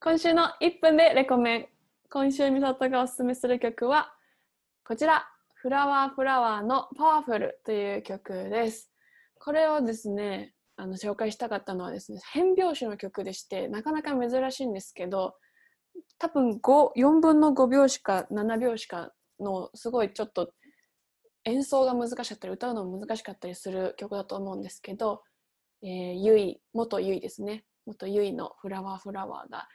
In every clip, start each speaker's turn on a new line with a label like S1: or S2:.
S1: 今週の1分でレコメン今週みさとがおすすめする曲はこちら「フラワーフラワーのパワフル」という曲ですこれをですねあの紹介したかったのはですね変拍子の曲でしてなかなか珍しいんですけど多分5 4分の5拍子か7拍子かのすごいちょっと演奏が難しかったり歌うのも難しかったりする曲だと思うんですけど、えー、ゆい元ゆいですね元ゆいの「フラワーフラワー」が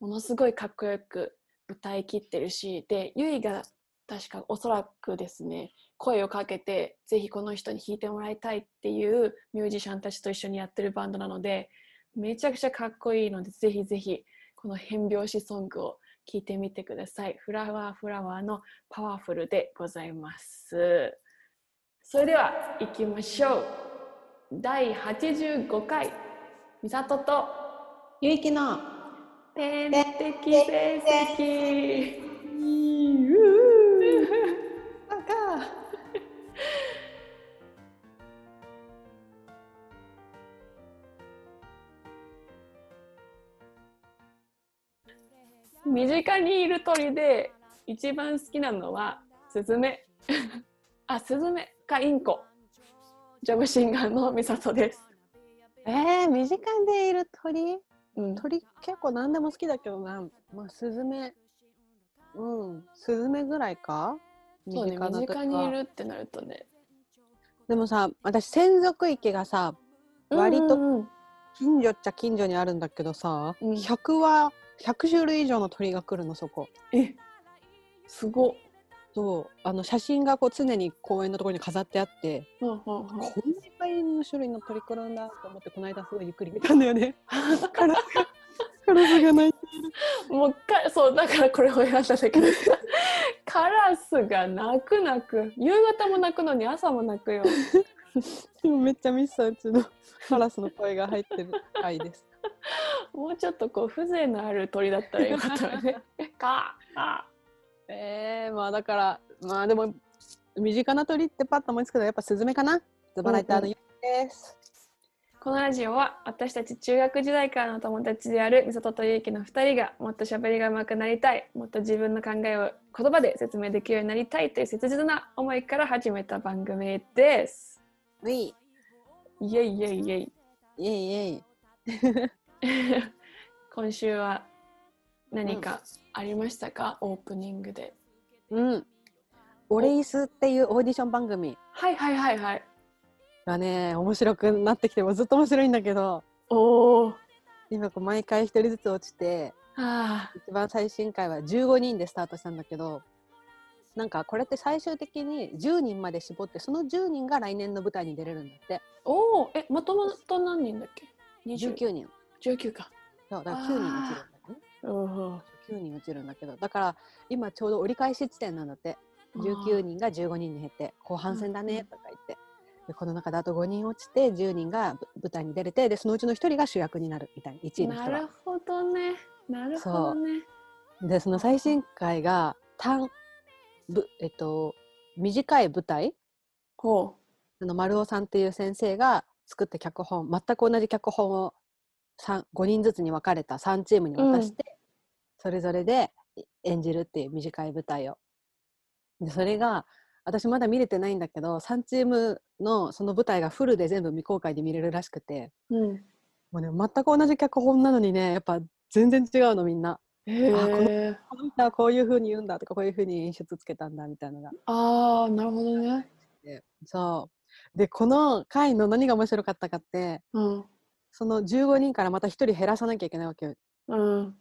S1: ものすごいかっこよく歌いきってるしでゆいが確かおそらくですね声をかけてぜひこの人に弾いてもらいたいっていうミュージシャンたちと一緒にやってるバンドなのでめちゃくちゃかっこいいのでぜひぜひこの変拍子ソングを聴いてみてください。フラワーフラワーのパワフルでございます。それでは行きましょう。第85回、みさとと
S2: ゆいきの
S1: 天敵成績。
S2: なんか
S1: 身近にいる鳥で一番好きなのはスズメあスズメかインコジョブシンガーの美里です
S2: えー、身近でいる鳥
S1: うん
S2: 鳥結構何でも好きだけどなまあスズメうんスズメぐらいか
S1: そうね身
S2: な時
S1: 近
S2: は
S1: にいるってなるとね
S2: でもさ私専属池がさ割と
S1: うんうん
S2: 近所っちゃ近所にあるんだけどさ、
S1: うん
S2: 100は100種類以上の鳥が来るのそこ
S1: うんえすごっ
S2: そうあの写真がこう常に公園のところに飾ってあって、
S1: うんうんうん
S2: こんないっぱいの種類の鳥来るんだと思ってこの間すごいゆっくり見たんだ よねカラスがカラスが鳴いて
S1: もう一回そうだからこれを選んだんだけ どカラスが鳴く鳴く夕方も鳴くのに朝も鳴くよ
S2: 今めっちゃミスさんち のカラスの声が入ってる回です
S1: もうちょっとこう風情のある鳥だったらよかったわね かあ
S2: えー、まあだからまあでも身近な鳥ってパッと思いつくのはやっぱスズメかなズバライターのゆうです、
S1: このラジオは私たち中学時代からの友達である美里と結城の2人がもっと喋りが上手くなりたいもっと自分の考えを言葉で説明できるようになりたいという切実な思いから始めた番組です。
S2: うい
S1: イエイイエイイエ イ
S2: イエイイエイ
S1: 今週は何かありましたか、オープニングで。
S2: うんオレイスっていうオーディション番組
S1: はいはいはいはい。
S2: がね面白くなってきてもうずっと面白いんだけど
S1: おお。
S2: 今こう毎回一人ずつ落ちて
S1: ああ。
S2: 一番最新回は15人でスタートしたんだけどなんかこれって最終的に10人まで絞ってその10人が来年の舞台に出れるんだって
S1: おお。え、もともと何人だっけ ?20
S2: 19人
S1: 19か。
S2: そうだから9人落ちるんだよね
S1: うん。
S2: 9人落ちるんだけどだから今ちょうど折り返し地点なんだって19人が15人に減って後半戦だねとか言ってでこの中であと5人落ちて10人がぶ舞台に出れてでそのうちの1人が主役になるみたいな1位の
S1: な
S2: 人が
S1: る。ほどね。なるほどね。
S2: でその最新回が短ぶ、えっと、短い舞台
S1: ほ
S2: あの丸尾さんっていう先生が作った脚本全く同じ脚本を5人ずつに分かれた3チームに渡して、それぞれでい演じるっていう短い舞台を。でそれが私まだ見れてないんだけど3チームのその舞台がフルで全部未公開で見れるらしくて
S1: う。うん。
S2: もうね全く同じ脚本なのにねやっぱ全然違うのみんな。
S1: へ
S2: あこ
S1: え。
S2: この人はこういうふうに言うんだとかこういうふうに演出つけたんだみたいなのが
S1: ああ、なるほどね。
S2: そうでこの回の何が面白かったかって
S1: うん。
S2: その15人からまた1人減らさなきゃいけないわけよ
S1: うん。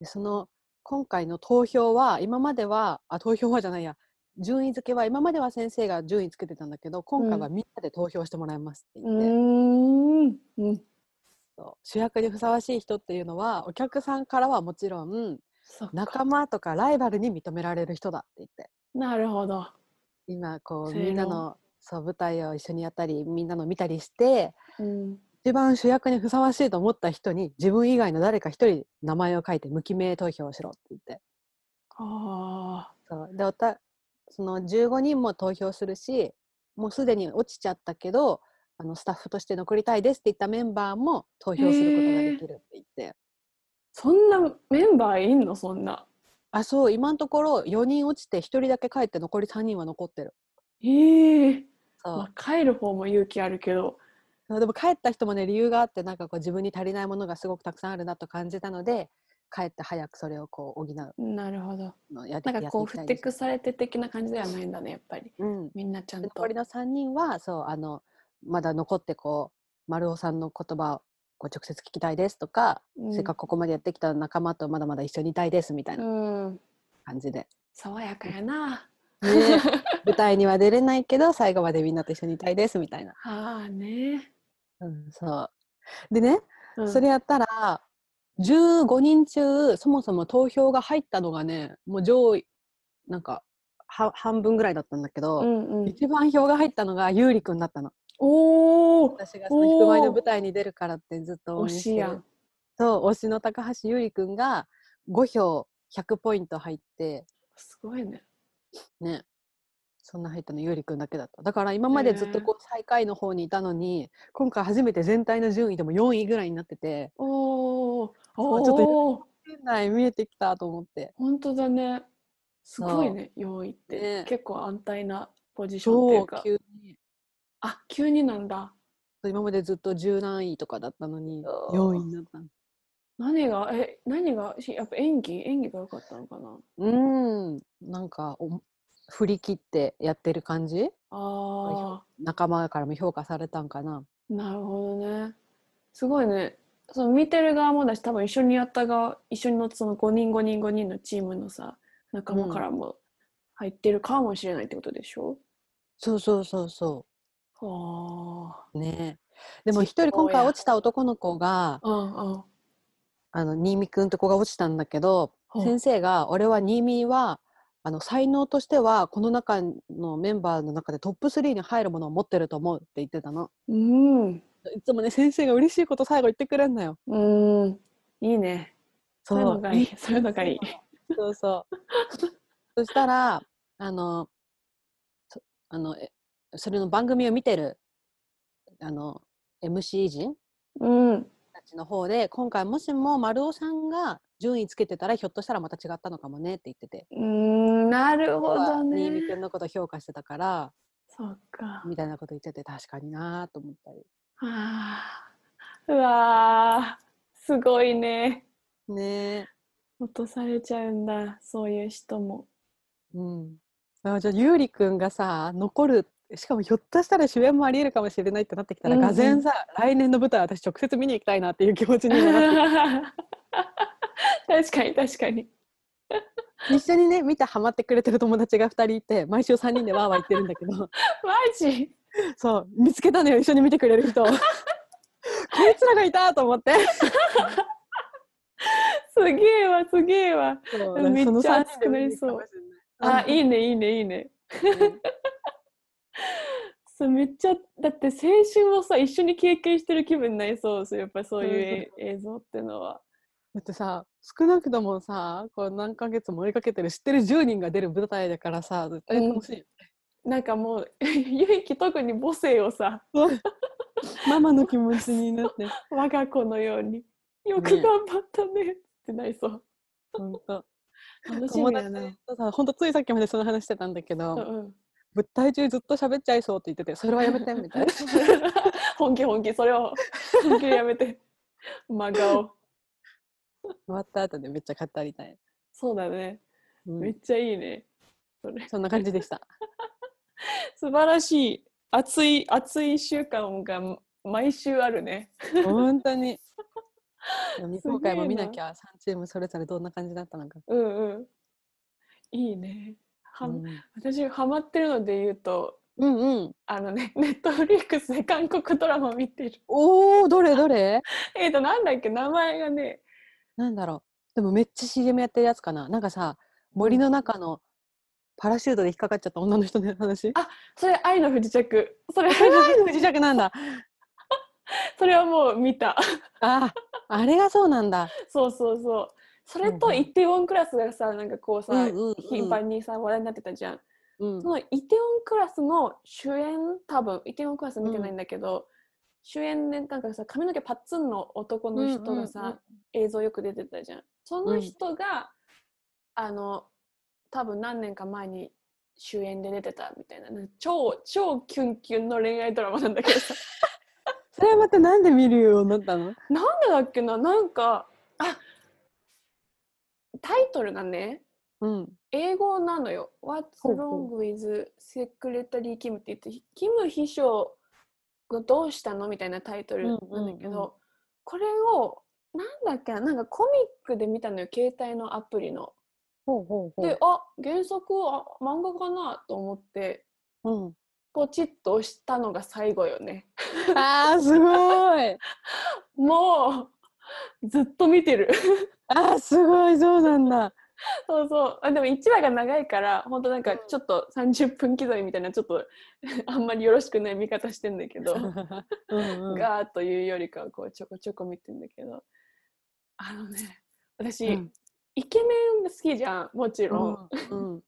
S2: でその今回の投票は今まではあ投票はじゃないや順位付けは今までは先生が順位つけてたんだけど今回はみんなで投票してもらいますって
S1: う
S2: 言って、
S1: ーん。うん。
S2: そう主役にふさわしい人っていうのはお客さんからはもちろん
S1: そっか。
S2: 仲間とかライバルに認められる人だって言って
S1: なるほど。
S2: 今こう
S1: 正論
S2: みんなのそう舞台を一緒にやったりみんなの見たりして
S1: うん。
S2: 一番主役にふさわしいと思った人に自分以外の誰か一人名前を書いて無記名投票をしろって言って
S1: ああ。
S2: そうでおたその15人も投票するしもうすでに落ちちゃったけどあのスタッフとして残りたいですって言ったメンバーも投票することができるって言って、
S1: そんなメンバーいんのそんな。
S2: あそう今のところ4人落ちて1人だけ帰って残り3人は残ってる
S1: ええ
S2: そう
S1: まあ、帰る方も勇気あるけど。
S2: そうでも帰った人もね理由があってなんかこう自分に足りないものがすごくたくさんあるなと感じたので帰って早くそれをこう補う
S1: なるほど。
S2: のをやって
S1: なんかこう、
S2: や
S1: ふ
S2: ってていきた
S1: くされて的な感じではないんだね、やっぱり。
S2: いうん、
S1: みんなちゃん
S2: で
S1: と。
S2: 残りの3人はそうあのまだ残ってこう丸尾さんの言葉をこう直接聞きたいですとか、
S1: うん
S2: せっかくここまでやってきた仲間とまだまだ一緒にいたいですみたいな
S1: うん。
S2: 感じで、
S1: 爽やかやな。
S2: ね 舞台には出れないけど最後までみんなと一緒にいたいですみたいな、
S1: ああね、
S2: うん、そうでね
S1: うん
S2: それやったら15人中そもそも投票が入ったのがねもう上位なんかは半分ぐらいだったんだけど、
S1: うんうん。
S2: 一番票が入ったのが優里くんだったの
S1: おお。
S2: 私がその「ひくまり」の舞台に出るからってずっと
S1: 推
S2: 応援し
S1: してや
S2: る
S1: ん。
S2: そう推しの高橋優里くんが5票100ポイント入って
S1: すごいね。
S2: ねそんな入ったの優里くんだけだっただから今までずっとこう最下位の方にいたのに今回初めて全体の順位でも4位ぐらいになってて
S1: おお。
S2: そうちょっと
S1: おお。
S2: 店内見えてきたと思って
S1: 本当だね。すごいね、4位って、
S2: ね
S1: 結構安泰なポジションってい
S2: 超
S1: うか。
S2: 急に
S1: あ、急になんだ。
S2: 今までずっと十何位とかだったのに
S1: あー
S2: 4位になったの
S1: 何が、え、何が、しやっぱ演技、演技が良かったのかな。
S2: うんなんかお振り切ってやってる感じ
S1: あ
S2: 仲間からも評価されたんかな
S1: あ、なるほどね。すごいね。その見てる側もだし、多分一緒にやった側、一緒に乗ってその5人5人5人のチームのさ、仲間からも入ってるかもしれないってことでしょ、
S2: そうそうそうそう
S1: は
S2: ねでも
S1: 実
S2: 一人今回
S1: 行や
S2: 落ちた男の子
S1: あ。
S2: が
S1: うんうん。
S2: あの新見くんと子が落ちたんだけど
S1: ほう
S2: 先生が「俺は新見はあの才能としてはこの中のメンバーの中でトップ3に入るものを持ってると思う」って言ってたの
S1: うん。
S2: いつもね先生が嬉しいこと最後言ってくれんのよ
S1: うん。いいね。そういうのがいい。そういうのがいい。
S2: そうそう そしたらあのそあのえそれの番組を見てるあの MC 陣
S1: うん。
S2: たちの方で今回もしも丸尾さんが順位つけてたらひょっとしたらまた違ったのかもねって言ってて
S1: うん、なるほど
S2: 新見
S1: ね。
S2: くんのこと評価してたから
S1: そうか。
S2: みたいなこと言ってて確かになーと思ったり
S1: あーうわー、すごいね。
S2: ね
S1: 落とされちゃうんだ、そういう人も。
S2: えうんあじゃあゆうりくんがさ残るしかもひょっとしたら主演もありえるかもしれないってなってきたら、
S1: うんうん
S2: がぜんさ来年の舞台私直接見に行きたいなっていう気持ちにも なって
S1: 確かに確かに。
S2: 一緒にね見てハマってくれてる友達が2人いて毎週3人でわーわー言ってるんだけど
S1: マジ
S2: そう見つけたのよ一緒に見てくれる 人こいつらがいたと思って
S1: すげえわ、すげえわ。
S2: そう
S1: めっちゃ
S2: その三
S1: 熱くなりそうあ
S2: 人、で
S1: いいね、いいね、いいね。
S2: 見に行くかもしれない。
S1: そうめっちゃ、だって青春をさ、一緒に経験してる気分になりそうですよやっぱそういうえ映像ってのは。
S2: だってさ少なくともさこう何ヶ月も追いかけてる知ってる10人が出る舞台だからさ絶対楽しいよ、
S1: なんかもう、 ゆいき特に母性をさ、
S2: ママの気持ちになって
S1: 我が子のように、よく
S2: ね
S1: 頑張ったねってなりそう。
S2: ほんと
S1: 楽し
S2: 友
S1: みだ
S2: 達
S1: な。
S2: とさほんとついさっきまでその話してたんだけど、
S1: うんうん
S2: 舞台中ずっと喋っちゃいそうって言っててそれはやめてみ たいな
S1: 本気本気それを本気でやめて真顔
S2: 終わった後でめっちゃ語りたい、
S1: そうだね、
S2: うん
S1: めっちゃいいねそれ
S2: そんな感じでした
S1: 素晴らしい熱い熱い1週間が毎週あるね
S2: 本当にでも
S1: すげえな
S2: 今回も見なきゃ3チームそれぞれどんな感じだったのか、
S1: うんうんいいねは、
S2: うん、
S1: 私ハマってるので言うと
S2: うんうん
S1: あのね ネットフリックスで韓国ドラマ見てる
S2: おおどれどれ
S1: えっ、となんだっけ名前がね
S2: なんだろうでもめっちゃ CM やってるやつかななんかさ森の中のパラシュートで引っかかっちゃった女の人の話
S1: あそれ愛の不時着そ れ
S2: 愛の不時着なんだ
S1: それはもう見た
S2: ああれがそうなんだ
S1: そうそうそう。それ
S2: う
S1: と
S2: んうん
S1: イテウォンクラスがさ、なんかこうさ、
S2: うんうんうん
S1: 頻繁にさ、話題になってたじゃん。
S2: うん
S1: そのイテウォンクラスの主演、多分、イテウォンクラス見てないんだけど、主演でなんかさ髪の毛パッツンの男の人がさ、
S2: うんうん
S1: 映像よく出てたじゃんその人が、あの多分何年か前に主演で出てたみたいななんか超超キュンキュンの恋愛ドラマなんだけどさ
S2: それはまたなんで見るようになったの
S1: なんでだっけななんかあタイトルがね
S2: うん。
S1: 英語なのよ。What's
S2: ほうほ
S1: wrong with secretary Kim って言って、キム秘書がどうしたのみたいなタイトルなんだけど、
S2: うんうんうん
S1: これを、なんだっけな、なんかコミックで見たのよ、携帯のアプリの。
S2: ほうほうほ
S1: で、あ原作あ漫画かなと思って、
S2: う。
S1: ポチッと押したのが最後よね。
S2: うん、ああ、すごい。
S1: もう、ずっと見てる。
S2: ああ、すごい、そうなん だ。
S1: そうそうあでも1話が長いから本当なんかちょっと30分刻みみたいなちょっと あんまりよろしくない見方してんだけ ど、
S2: うんうん、
S1: ガーッというよりかはこうちょこちょこ見てんだけどあのね私、
S2: うん
S1: イケメン好きじゃんもちろん、
S2: うんうん、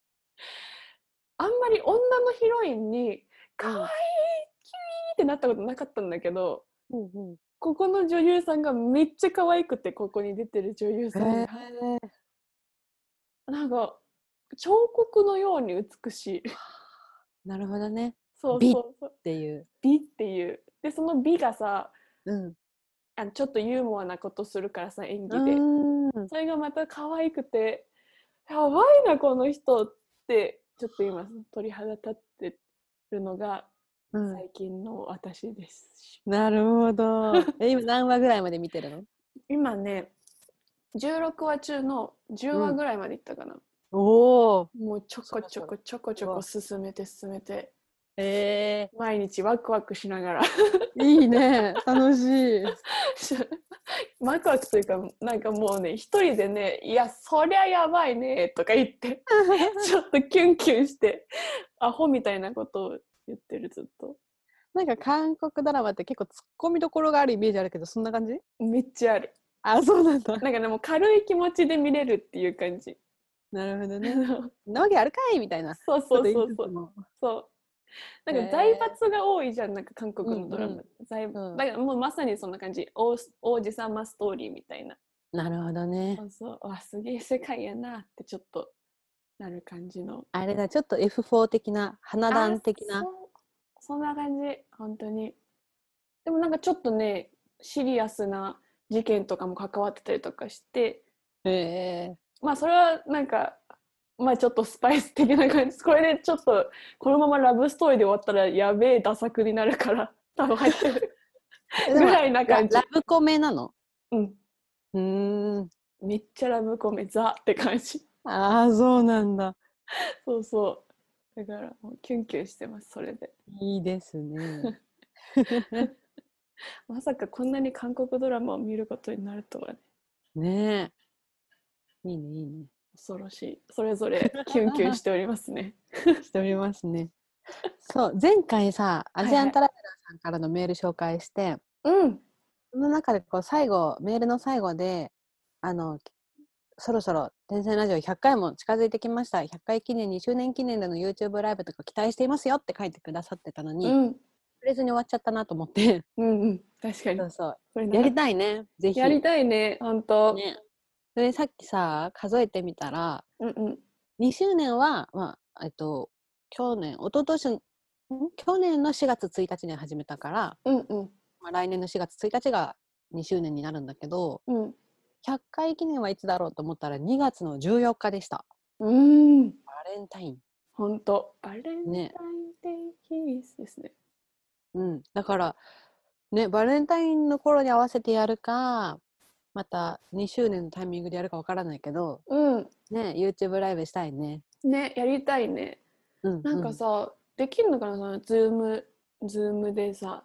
S1: あんまり女のヒロインに「かわいいキュイー!」ってなったことなかったんだけど
S2: うんうん
S1: ここの女優さんがめっちゃ可愛くてここに出てる女優さんが、
S2: へえ
S1: なんか彫刻のように美しい
S2: なるほどね。
S1: そうそうそう
S2: っていう。
S1: 美っていうでその美がさ
S2: うん。
S1: あのちょっとユーモアなことするからさ演技で、
S2: うん。
S1: それがまた可愛くてやばいなこの人ってちょっと今鳥肌立ってるのが
S2: うん
S1: 最近の私ですし、
S2: なるほど。え、今何話ぐらいまで見てるの
S1: 今ね16話中の10話ぐらいまでいったかな、
S2: おお。
S1: もうちょこちょこちょこちょこ進めて進めて
S2: え
S1: 毎日ワクワクしながら
S2: ー、いいね。楽し い。
S1: ワクワクというかなんかもうね一人でね「いやそりゃやばいね」とか言ってちょっとキュンキュンしてアホみたいなことを言ってるずっと
S2: なんか韓国ドラマって結構ツッコミどころがあるイメージあるけど、そんな感じ
S1: めっちゃある
S2: あ、そうなんだ。
S1: なんかでも軽い気持ちで見れるっていう感じ
S2: なるほど
S1: そ
S2: ね。
S1: う
S2: なわけあるかいみたいな。
S1: そう
S2: そ
S1: そうそうそう そうなんか財閥が多いじゃんなんか韓国のドラマ、
S2: うんう
S1: 財
S2: うん
S1: だからもうまさにそんな感じ王王子様ストーリーみたいな
S2: なるほどね
S1: そ。うそううわすげえ世界やなってちょっとなる感じの
S2: あれだ、ちょっと F4 的な、花壇的
S1: あ
S2: な。
S1: そうそんな感じ本当にでもなんかちょっとねシリアスな事件とかも関わってたりとかして
S2: え
S1: まあそれはなんかまあちょっとスパイス的な感じこれでちょっとこのままラブストーリーで終わったらやべえダ作になるから多分入ってる
S2: え
S1: ぐらいな
S2: ラ
S1: 感じ
S2: ラブコメなの
S1: うん
S2: うーん。
S1: めっちゃラブコメザって感じ
S2: ああ、そうなんだ。
S1: そうそうだからもうキュンキュンしてますそれで
S2: いいで すね。
S1: まさかこんなに韓国ドラマを見ることになるとはね
S2: ねえ。いいね、いいね。
S1: 恐ろしいそれぞ れキュンキュンしておりますね
S2: しておりますね。そう、前回さ、
S1: い
S2: ア
S1: はい
S2: ジアントラベラーさんからのメール紹介して、
S1: うん
S2: その中でこう最後、メールの最後で、あの、そろそろ「天才ラジオ」100回も近づいてきました100回記念2周年記念での YouTube ライブとか期待していますよって書いてくださってたのに、
S1: うん
S2: 触れずに終わっちゃったなと思って
S1: うんうん確かに
S2: そうそ
S1: これ
S2: う
S1: な
S2: やり
S1: んか
S2: たいねぜひ
S1: やりたいね本当、
S2: ねそれさっきさ数えてみたら
S1: うんうん
S2: 2周年は、まあ、えっと、去年、一昨年ん去年の4月1日に始めたから、
S1: うんうん
S2: まあ、来年の4月1日が2周年になるんだけど、
S1: うん
S2: 100回記念はいつだろうと思ったら2月の14日でした。
S1: うん
S2: バレンタイン。
S1: 本当バレンタインデ
S2: ね
S1: ーヒースですね
S2: うん。だから、ね、バレンタインの頃に合わせてやるか、また2周年のタイミングでやるかわからないけど、
S1: うん
S2: ね、YouTube ライブしたいね。
S1: ねやりたいね
S2: うん、
S1: なん
S2: う
S1: かさ、できるのかなそのズームズームでさ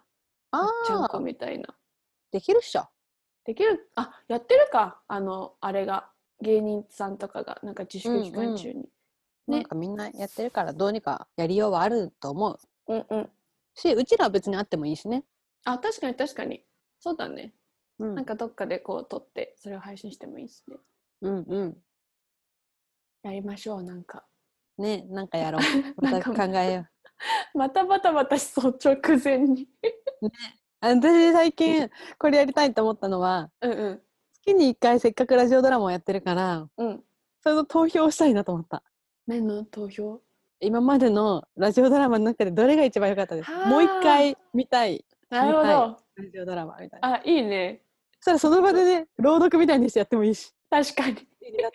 S2: あ
S1: ちゃんこ
S2: あ、
S1: みたいな
S2: できるっしょ。
S1: できるあやってるかあのあれが芸人さんとかがなんか自粛期間中に、ね
S2: なんかみんなやってるから、どうにかやりようはあると思う。
S1: うん、うん
S2: しうちらは別にあってもいいしね、
S1: あ確かに確かにそうだね
S2: うん、
S1: なんかどっかでこう撮ってそれを配信してもいいしね
S2: うんうん
S1: やりましょうなん か
S2: ねなんかやろ う
S1: な
S2: ま
S1: ん
S2: た
S1: か
S2: 考えよ
S1: またバタバタしそう直前に
S2: うねあ私最近これやりたいと思ったのは
S1: うんうん
S2: 月に1回せっかくラジオドラマをやってるから
S1: うん
S2: それの投票をしたいなと思った
S1: 何の投票
S2: 今までのラジオドラマの中でどれが一番良かったです
S1: はあ
S2: もう一回見たい
S1: なるほど
S2: ラジオドラマみたいな
S1: あいいね
S2: そしたらその場でね朗読みたいにしてやってもい いし
S1: 確かに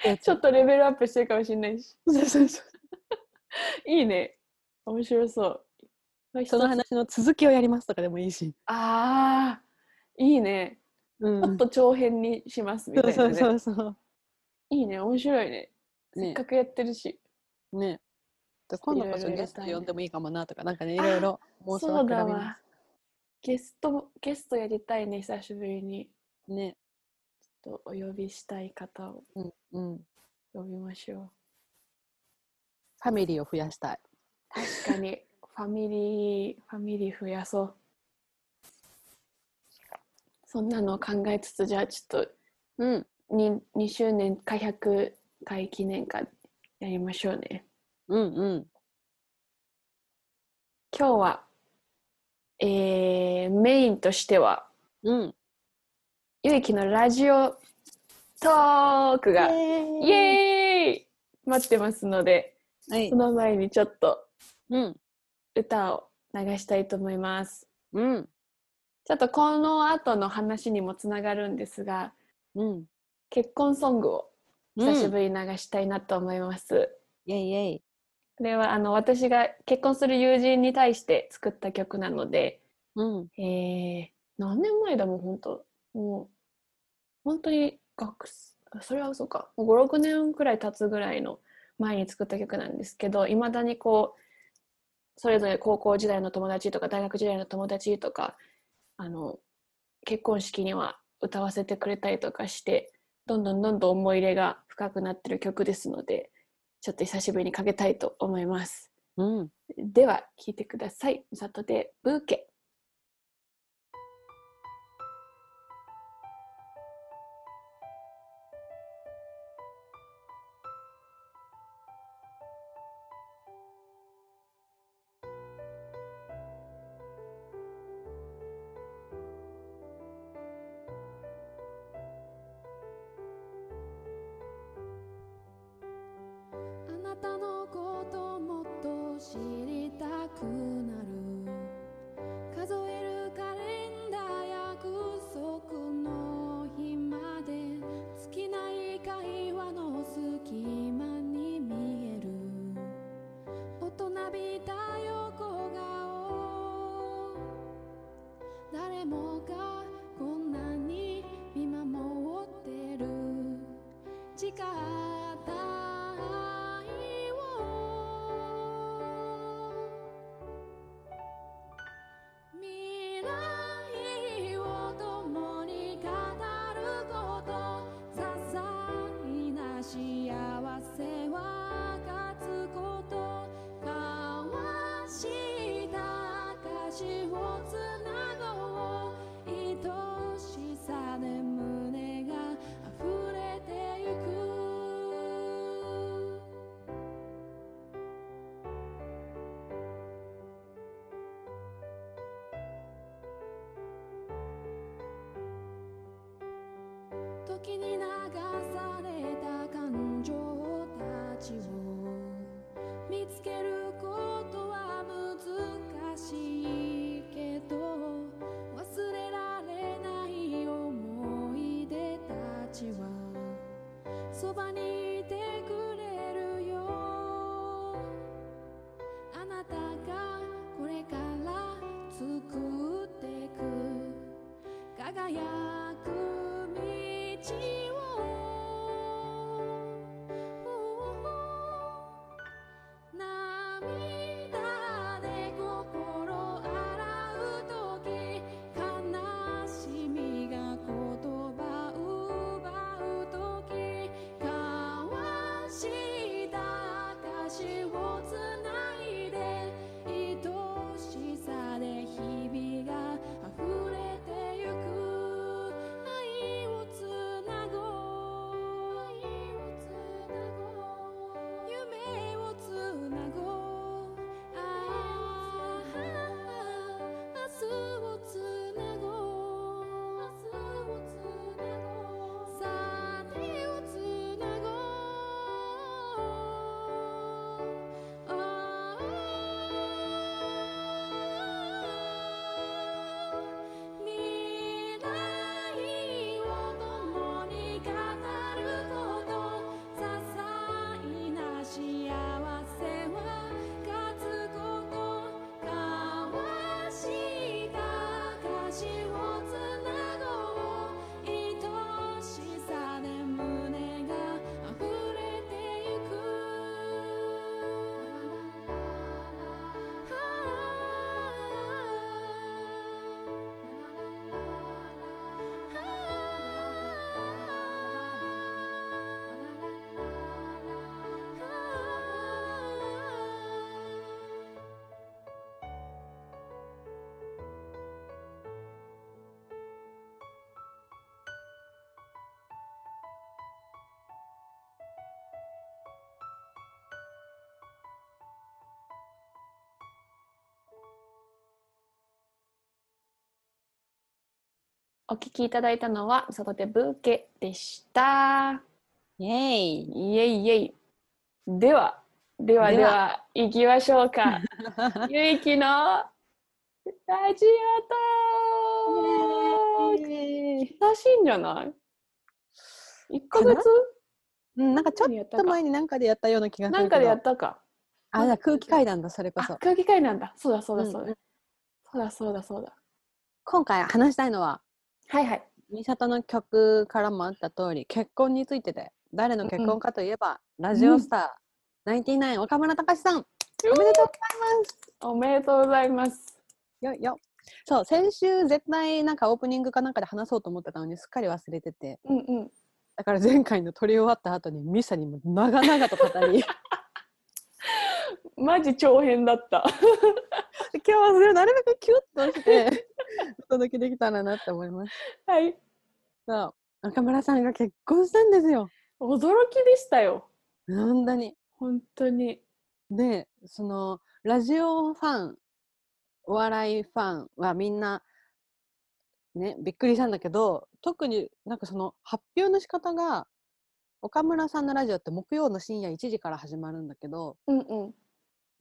S1: ち
S2: ち
S1: ょっとレベルアップしてるかもしれない し
S2: そうそうそう
S1: いいね面白そう
S2: その話の続きをやりますとかでもいいし、
S1: あーいいね
S2: うん
S1: ちょっと長編にしますみたいな、
S2: そう
S1: ね、
S2: そうそうそ
S1: いいね面白いね
S2: う
S1: せっ
S2: ね
S1: かくやってるし、
S2: ね今度こ
S1: い
S2: そ
S1: ろいろ
S2: ゲスト
S1: やりたいね
S2: 呼んでもいいかもなとかなんかねい
S1: あ
S2: ろいろ妄想
S1: そう
S2: を比べ
S1: だ
S2: ま
S1: わゲストもゲストやりたいね久しぶりに
S2: すね
S1: ちょっとお呼びしたい方を
S2: うんうん
S1: 呼びましょ
S2: ファミリーを増やしたいう
S1: 確か にファミリーファミリー増やそうそんなのを考えつつじゃあちょっ
S2: うん
S1: と 2, 2周年か100回記念かやりましょうね
S2: うんうん
S1: 今日はえーメインとしては
S2: うん
S1: ゆいきのラジオトークがイ
S2: エーイ
S1: エーイ待ってますので
S2: はい
S1: その前にちょっと
S2: うん
S1: 歌を流したいと思います
S2: うん
S1: ちょっとこの後の話にもつながるんですが
S2: うん
S1: 結婚ソングを久しぶりに流したいなと思います、
S2: りイエイイエイ
S1: これはあの私が結婚する友人に対して作った曲なので、
S2: うん
S1: えー何年前だもん本当もう本当に学生あそれはそうか56年くらい経つぐらいの前に作った曲なんですけどいまだにこうそれぞれ高校時代の友達とか大学時代の友達とかあの結婚式には歌わせてくれたりとかしてどんどんどんどん思い入れが深くなってる曲ですのでちょっと久しぶりにかけたいと思います
S2: うん
S1: では聴いてください「みさとでブーケ」
S3: あなたのこともっと知りたくなる数えるカレンダー約束の日まで尽きない会話の隙間に見える大人びた横顔誰もがこんなに見守ってる誓った愛を未来を共に語ること些細な幸せは分かつこと交わした証をつなごう愛しさで胸が溢れてゆく時に流された感情たちを見つけることは難しいけど忘れられない思い出たちはそばにいてくれるよあなたがこれから作っていく輝く道を涙で心洗う時悲しみが言葉奪う時交わした証をつないで愛しさで日々が溢れてゆく
S1: お聴きいただいたのは、サトテブーケでした。
S2: イエ ーイ
S1: イエイイエイ。では、ではで
S2: で
S1: は、行きましょう か。ゆいきのラジオと久しいんじゃない一ヶ月
S2: うんなんかちょっ
S1: っ
S2: と前に何かでやったような気がする
S1: な
S2: けど
S1: んかでやったか。
S2: あじゃあ空気階段だそれこ
S1: あ
S2: そ、
S1: 空気階なんだ。そうだそうだそうだ。
S2: うんうん
S1: そうだそうだそうだ。
S2: 今回話したいのは
S1: はいはい。
S2: 美里の曲からもあった通り結婚についてで誰の結婚かといえば、ラジオスター、99岡村隆史さんおめでとうございます
S1: おめでとうございます。
S2: よいよそう先週絶対なんかオープニングかなんかで話そうと思ってたのにすっかり忘れてて
S1: うんうん。
S2: だから前回の撮り終わった後にミサにも長々と語り
S1: マジ長編だった。
S2: 今日はそれをなるべくキュッとして お届けできたらなって思います
S1: はい。
S2: そう中村さんが結婚したんですよ
S1: 驚きでしたよ。
S2: 本当に
S1: 本当に。
S2: でそのラジオファンお笑いファンはみんなねびっくりしたんだけど特になんかその発表の仕方が岡村さんのラジオって木曜の深夜1時から始まるんだけど
S1: うんうん。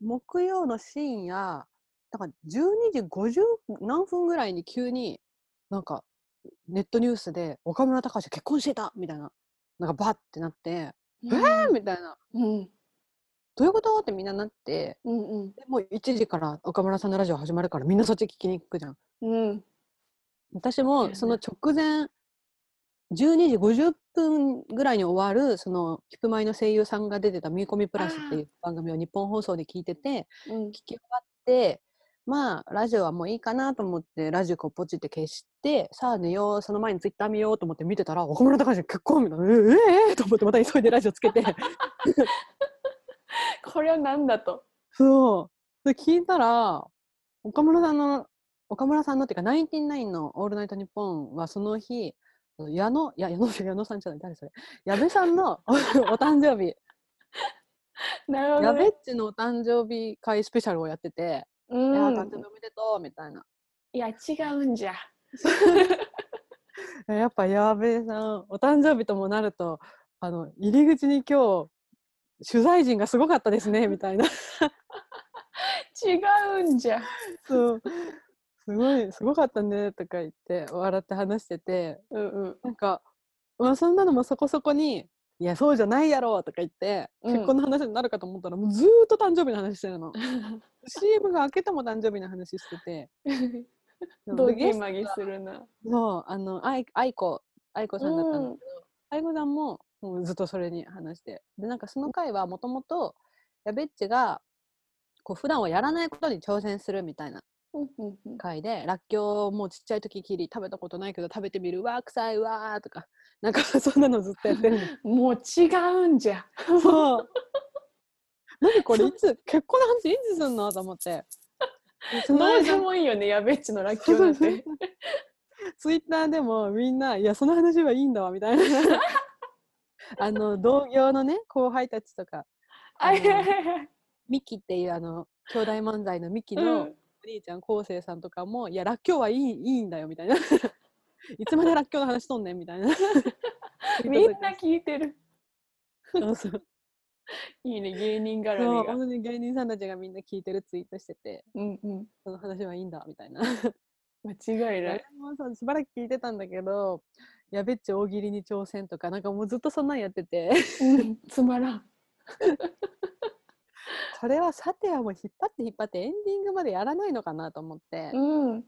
S2: 木曜の深夜だから12時50何分ぐらいに急になんかネットニュースで「岡村隆史結婚していた!」みたいななんかバッてなって「えー!」みたいな
S1: うん
S2: 「どういうこと?」ってみんななって。
S1: うん
S2: でもう1時から岡村さんのラジオ始まるからみんなそっち聞きに行くじゃん。
S1: うん。うん。
S2: 私
S1: そうだよ
S2: も
S1: ね
S2: その直前12時50分ぐらいに終わるそのヒップマイの声優さんが出てた「ミーコミプラス」っていう番組を日本放送で聞いてて
S1: うん
S2: 聞き終わってまあラジオはもういいかなと思ってラジコポチって消してさあ寝ようその前にツイッター見ようと思って見てたら岡村隆史結婚みたいな「えーえーと思ってまた急いでラジオつけて
S1: これは何だと。
S2: そう。で聞いたら、岡村さんの、岡村さんのっていうか、ナインティナインのオールナイトニッポンはその日、あの矢野、いや、矢野、矢野さんじゃない、誰それ。矢部さ んのお誕生日、
S1: なるほ
S2: 矢
S1: ど、
S2: 部
S1: ね
S2: っ。ちのお誕生日会スペシャルをやってて、
S1: う
S2: い
S1: ん
S2: やー、誕生日おめでとうみたいな。
S1: いや、違うんじゃ。
S2: えやっぱ矢部さん、お誕生日ともなると、あの、入り口に今日、取材陣がすごかったですね、みたいな。
S1: 違うんじゃ。
S2: そう。すごい、すごかったね、とか言って、笑って話してて、
S1: うん うん。
S2: なんか、まあ、そんなのもそこそこに、いや、そうじゃないやろとか言って、
S1: うん
S2: 結婚の話になるかと思ったら、もうずーっと誕生日の話してるの。CM が明けても誕生日の話してて、
S1: ドギ
S2: ゲス
S1: マギするな。
S2: トの、あの、愛愛子、愛子さんだったんだけ
S1: う
S2: ど
S1: ん、
S2: 愛子さんももうずっとそれに話して。で、なんかその回はもともと、やべっちが、こう普段はやらないことに挑戦するみたいな
S1: うんうんうん
S2: 回で、らっきょうをもうちっちゃい時きり食べたことないけど食べてみるわ、臭いわーとか、なんかそんなのずっとやってるの
S1: もう違うんじゃ。
S2: そう。何これいつ結婚の話いつすんのと思 って。その
S1: どうで
S2: 間
S1: もいいよね、やべっちのラッキョなん て。
S2: ツイッターでもみんな「いやその話はいいんだわ」みたいなあの同業のね後輩たちとか
S1: あいやいやいや
S2: ミキっていうあの兄弟漫才のミキ
S1: う
S2: の
S1: ん
S2: お兄ちゃん昴生さんとかも「いやらっきょうはいいいいんだよ」みたいな 「いつまでらっきょうの話しとんねん」みた いな
S1: みんな聞いてる。
S2: そうそう
S1: いいね、芸人絡
S2: そう
S1: み
S2: 本
S1: が。
S2: 当に芸人さんたちがみんな聞いてるツイートしてて
S1: うんうん。
S2: 「その話はいいんだ」みたいな。
S1: 間違い
S2: いや
S1: な
S2: で
S1: い。
S2: もさしばらく聞いてたんだけどやべっち大喜利に挑戦とかなんかもうずっとそんなんやってて
S1: うんつまらん。
S2: これはさてはもう引っ張って引っ張ってエンディングまでやらないのかなと思って、
S1: うん。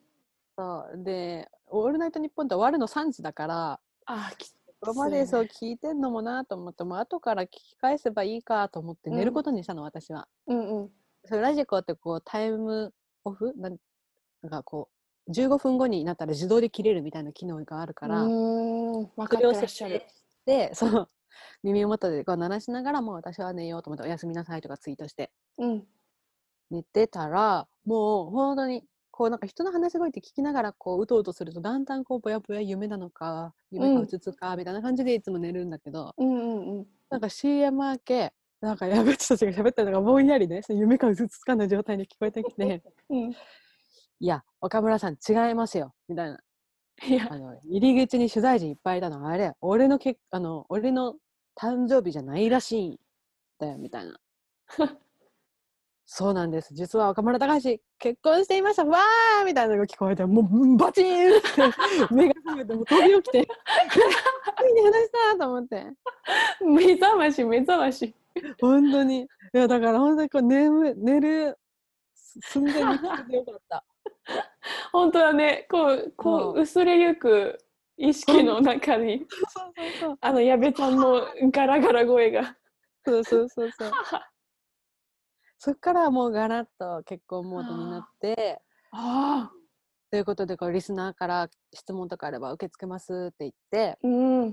S2: そうで「オールナイトニッポン」って終わるの3時だから
S1: あ、き
S2: ここまで
S1: そ
S2: そうう聞いてんのもなと思ってもう後から聞き返せばいいかと思って寝
S1: う
S2: る
S1: ん
S2: ことにしたの、私は。
S1: うんうん。
S2: そうラジコってこうタイムオフなんなんかこう15分後になったら自動で切れるみたいな機能があるから。
S1: うん。分か
S2: そ
S1: っ
S2: れを
S1: てらっ
S2: 設
S1: しゃ
S2: 定
S1: る。
S2: して、そう、耳元でこう鳴らしながら、もう私は寝ようと思って、おやすみなさいとかツイートして、
S1: うん。
S2: 寝てたら、もう本当に、こうなんか人の話し声って聞きながら、こう、うとうとすると、だんだんこう、ぼやぼや夢なのか、夢
S1: う
S2: か
S1: ん
S2: うつつか、みたいな感じでいつも寝るんだけど、
S1: うんうんうん。
S2: なんか CM 明け、なんか矢口たちが喋ったのがぼんやりね、その夢かうつつか の状態に聞こえてきて、
S1: うん
S2: いや、岡村さん違いますよ、みたいな。
S1: いや
S2: あの入り口に取材陣いっぱいいたのあれ俺のけあの俺の誕生日じゃないらしいんだよみたいな そうなんです実は若村隆史結婚していましたわーみたいなのが聞こえてもうバチーンって 目が覚めてもう飛び起きて ついに話したと思って
S1: 目覚まし目覚まし
S2: 本当にいやだから本当にこう眠寝る寸前に聞いてよかった
S1: 本当だねこうこ
S2: そう
S1: う薄れゆく意識の中に
S2: そうそうそう
S1: あの矢部ちゃんのガラガラ声が
S2: そうそうそうそう。そっからはもうガラッと結婚モードになって、
S1: ああ
S2: ということでこうリスナーから質問とかあれば受け付けますって言って、
S1: うん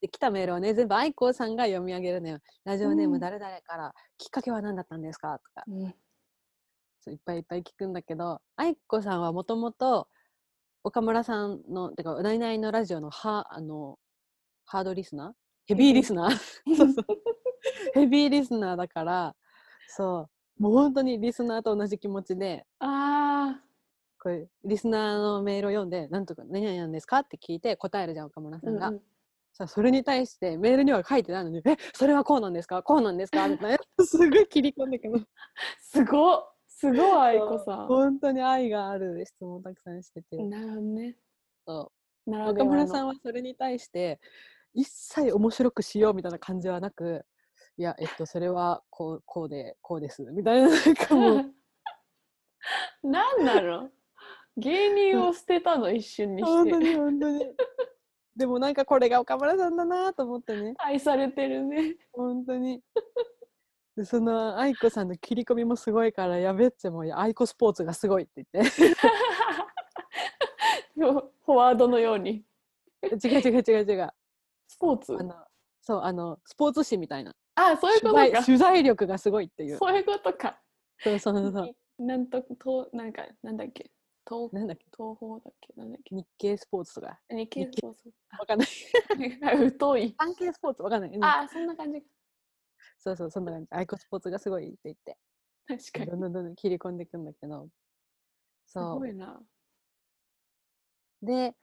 S2: で来たメールをね全部愛子さんが読み上げるのよ。ラジオネー
S1: う
S2: ム
S1: ん
S2: 誰々から、きっかけは何だったんですかとか
S1: うん
S2: そういっぱいいっぱい聞くんだけど、愛子さんはもともと岡村さんのてかうないないのラジオのハあのハードリスナーヘビーリスナーそうそう。ヘビーリスナーだから、そう。もう本当にリスナーと同じ気持ちで、
S1: あ
S2: これ、リスナーのメールを読んで、なんとか、何々なんですかって聞いて答えるじゃん、岡村
S1: あ、う
S2: さん
S1: ん
S2: が。
S1: うん
S2: さあそれに対して、メールには書いてないのに、え、それはこうなんですかこうなんですかみたいな。 すごい切り込んだけ ど。
S1: すごっすごい愛子さ
S2: 本当に愛がある質問をたくさんしてて。
S1: んなるほどね
S2: そ
S1: な
S2: う
S1: るほど
S2: 岡村さ
S1: ん
S2: んはそれに対して、一切面白くしようみたいな感じはなく、いや、えっと、それはこう、こうで、こうです。みたいな、なん かもう、
S1: 何なの芸人を捨てたの一瞬に
S2: 本当
S1: し
S2: に
S1: て
S2: 本当に でもなんかこれが岡村さんだなと思ってね
S1: 愛されてるね
S2: 本当にでその愛子さんの切り込みもすごいからやべっちも愛子スポーツがすごいって言っ
S1: フォワードのように
S2: て 違う違う違う違う
S1: スポーツ
S2: あのそうあのスポーツ紙みたいな
S1: ああそういうこと
S2: 取材
S1: か
S2: 取材力がすごいっていう
S1: そういうことか
S2: そうそうそうそう
S1: なんととなんかなんだっけ東
S2: なんだっけ
S1: 東方だっけなんだっけ
S2: 日経スポーツとか
S1: 日経
S2: 日
S1: そうそう
S2: わかんない
S1: あ疎い
S2: 関係スポーツわかんない、うん
S1: あそんな感じ
S2: そうそうそんな感じ愛子スポーツがすごいって言って
S1: 確か
S2: ど
S1: に
S2: んどんどんどん切り込んでいくんだけど
S1: す
S2: そう
S1: ごいな
S2: で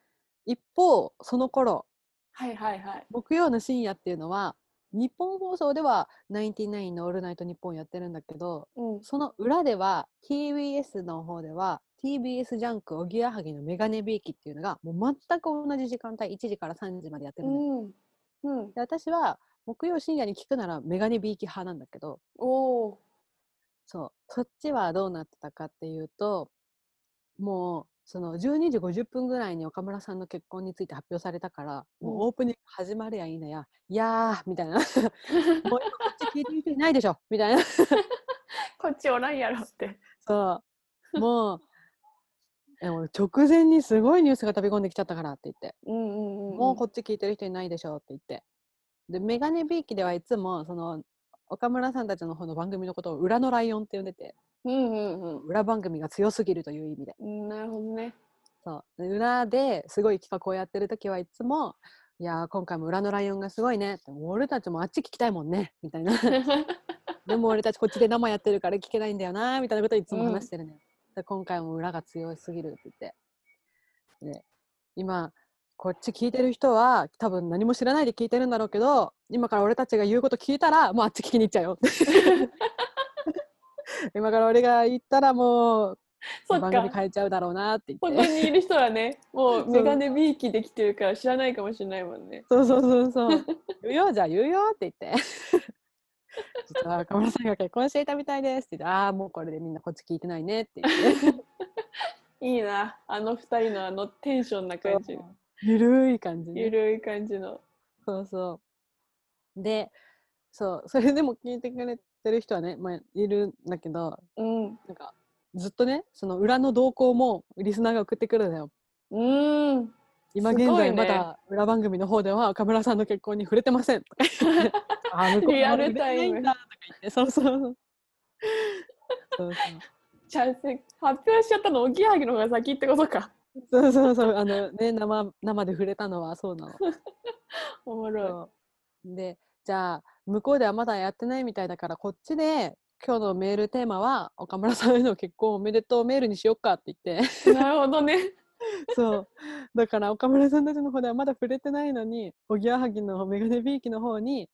S2: 一方その頃
S1: はいはいはい
S2: 木曜の深夜っていうのは日本放送では「ナインティナインのオールナイトニッポン」やってるんだけど
S1: うん
S2: その裏では TBS の方では TBS ジャンクおぎやはぎのメガネビーキっていうのがもう全く同じ時間帯1時から3時までやってるのよ、
S1: うんうん
S2: で私は木曜深夜に聞くならメガネビーキ派なんだけど
S1: おお
S2: そうそっちはどうなってたかっていうともうその12時50分ぐらいに岡村さんの結婚について発表されたから、
S1: う
S2: も
S1: ん
S2: うオープニング始まるやいなや「いやー」みた いな「もう今こっち聞いてる人いないでしょ」みたいな
S1: こっちおらんやろって
S2: そうもうえもう直前にすごいニュースが飛び込んできちゃったからって言って
S1: うんうん
S2: 「
S1: うん
S2: もうこっち聞いてる人いないでしょ」って言ってでメガネビーキではいつもその岡村さんたちの方の番組のことを裏のライオンって呼んでて
S1: うんうん
S2: 裏番組が強すぎるという意味で。
S1: うんなるほど ね
S2: そう裏ですごい企画をやってる時はいつも「いやー今回も裏のライオンがすごいね」って「俺たちもあっち聞きたいもんね」みたいな でも俺たちこっちで生やってるから聞けないんだよなみたいなことをいつも話してるね、で今回も裏が強すぎるって言ってで今こっち聞いてる人は多分何も知らないで聞いてるんだろうけど今から俺たちが言うこと聞いたらもうあっち聞きに行っち ゃうよ今から俺が言ったらもう
S1: そっ
S2: 番組
S1: か
S2: 変えちゃうだろうなって言って
S1: ここにいる人は ねも
S2: そうう
S1: メガネビーキできてるから知らないかもしれないもんね
S2: そうそうそうそう。 言うよ、じゃあ言うよって言って。実は岡村さんが結婚していたみたいですって言って、 ああ、もうこれでみんなこっち聞いてないねって言って。
S1: いいなあの二人のあのテンションな感 じ
S2: ゆるい感じ、
S1: ゆ
S2: ね。
S1: るい感じの
S2: そうそう。で、そう、それでも聞いてくれてる人はね、まあ、いるんだけど、
S1: うん
S2: なんか、ずっとね、その裏の動向もリスナーが送ってくるのよ。
S1: うん
S2: 今
S1: す
S2: 現
S1: ごい
S2: 在
S1: ね
S2: まだ裏番組の方では岡村さんの結婚に触れてませんとか言って。あー向こ う
S1: リアルタイム
S2: まだ触れてないんだとか言って。そうそうそう。そう
S1: じゃあせ発表しちゃったのおぎやはぎの方が先ってことか
S2: そうそうそうそうあのね生生で触れたのはそうなの。
S1: おもろ
S2: そうでじゃあ向こうではまだやってないみたいだからこっちで今日のメールテーマは岡村さんへの結婚おめでとうメールにしよっかって言って
S1: いなるほどね
S2: そうだから岡村さんたちの方ではまだ触れてないのにおぎやはぎのメガネビーキの方に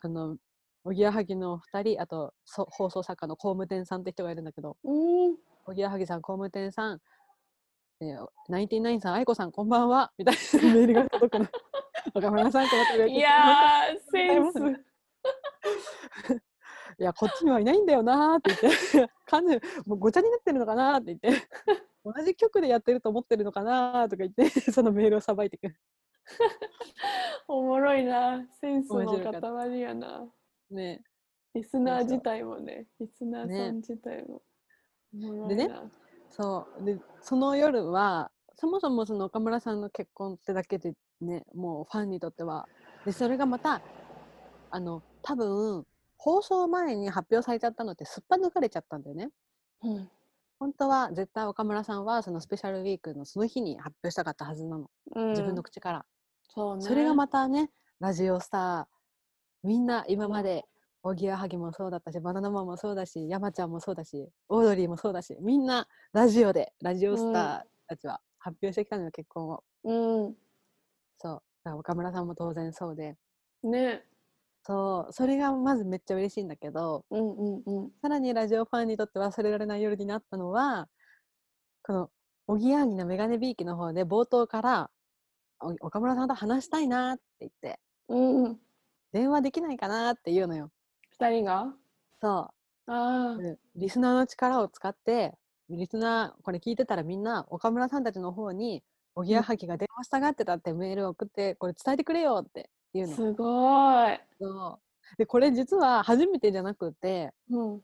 S2: あのおぎやはぎの2人あとそ放送作家の工務店さんって人がいるんだけど
S1: うん。
S2: おぎやはぎさん工務店さん、えー、ナインティナインさん愛子さんこんばんはみたいなメールが届 くの岡村さんこの度は聞い
S1: い
S2: て
S1: やー、
S2: あり
S1: セ
S2: がとう
S1: ン
S2: ご
S1: ス
S2: ざ。います いやこっちにはいないんだよなーって言って かんもうごちゃになってるのかなーって言って同じ曲でやってると思ってるのかなーとか言って そのメールをさばいてくる
S1: おもろいな。センス
S2: 面
S1: の
S2: 白かった
S1: 塊やな。
S2: ね
S1: リスナー自体もね、リスナーさ
S2: ね
S1: ん自体も。おもろ
S2: で
S1: い
S2: ね
S1: な。
S2: そうでその夜はそもそもその岡村さんの結婚ってだけでねもうファンにとってはでそれがまたあの多分放送前に発表されちゃったのってすっぱ抜かれちゃったんだよね
S1: うん
S2: 本当は絶対岡村さんはそのスペシャルウィークのその日に発表したかったはずなの、
S1: うん
S2: 自分の口から
S1: そうね。
S2: それがまたね、ラジオスター、みんな今まで、おぎやはぎもそうだったし、バナナマンもそうだし、山ちゃんもそうだし、オードリーもそうだし、みんなラジオで、ラジオスターたちは発表してきたのよ、結婚を。
S1: うん。
S2: そう。だから岡村さんも当然そうで。
S1: ね。
S2: そう。それがまずめっちゃ嬉しいんだけど、
S1: うんうんうん。
S2: さらにラジオファンにとって忘れられない夜になったのは、この、おぎやはぎのメガネビーキの方で冒頭から、お岡村さんと話したいなって言って、
S1: うんうん。
S2: 電話できないかなって言うのよ。
S1: 二人が
S2: そ
S1: あ
S2: う、
S1: あ、
S2: リスナーの力を使って、リスナー、これ聞いてたらみんな、岡村さんたちの方に、おぎやはぎが電話したがってたってメールを送って、これ伝えてくれよって言うの。
S1: すごい。
S2: そうで、これ実は初めてじゃなくて、
S1: うん。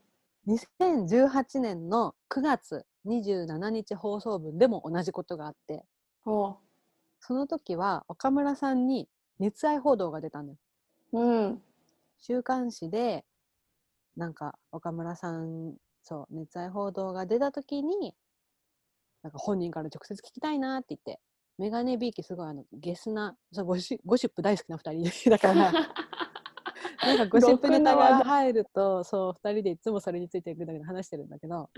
S2: 2018年の9月27日放送分でも同じことがあって、
S1: ほ
S2: その時は岡村さんに熱愛報道が出たのよ。
S1: う。 うん。
S2: 週刊誌でなんか岡村さんそう熱愛報道が出た時になんか本人から直接聞きたいなって言ってメガネビーキすごいあのゲスなそうゴシゴシップ大好きな2人 だからなんかゴシップネタ
S1: ろくな
S2: が
S1: 話
S2: 入るとそう2人でいつもそれについてぐだぐだ話してるんだけど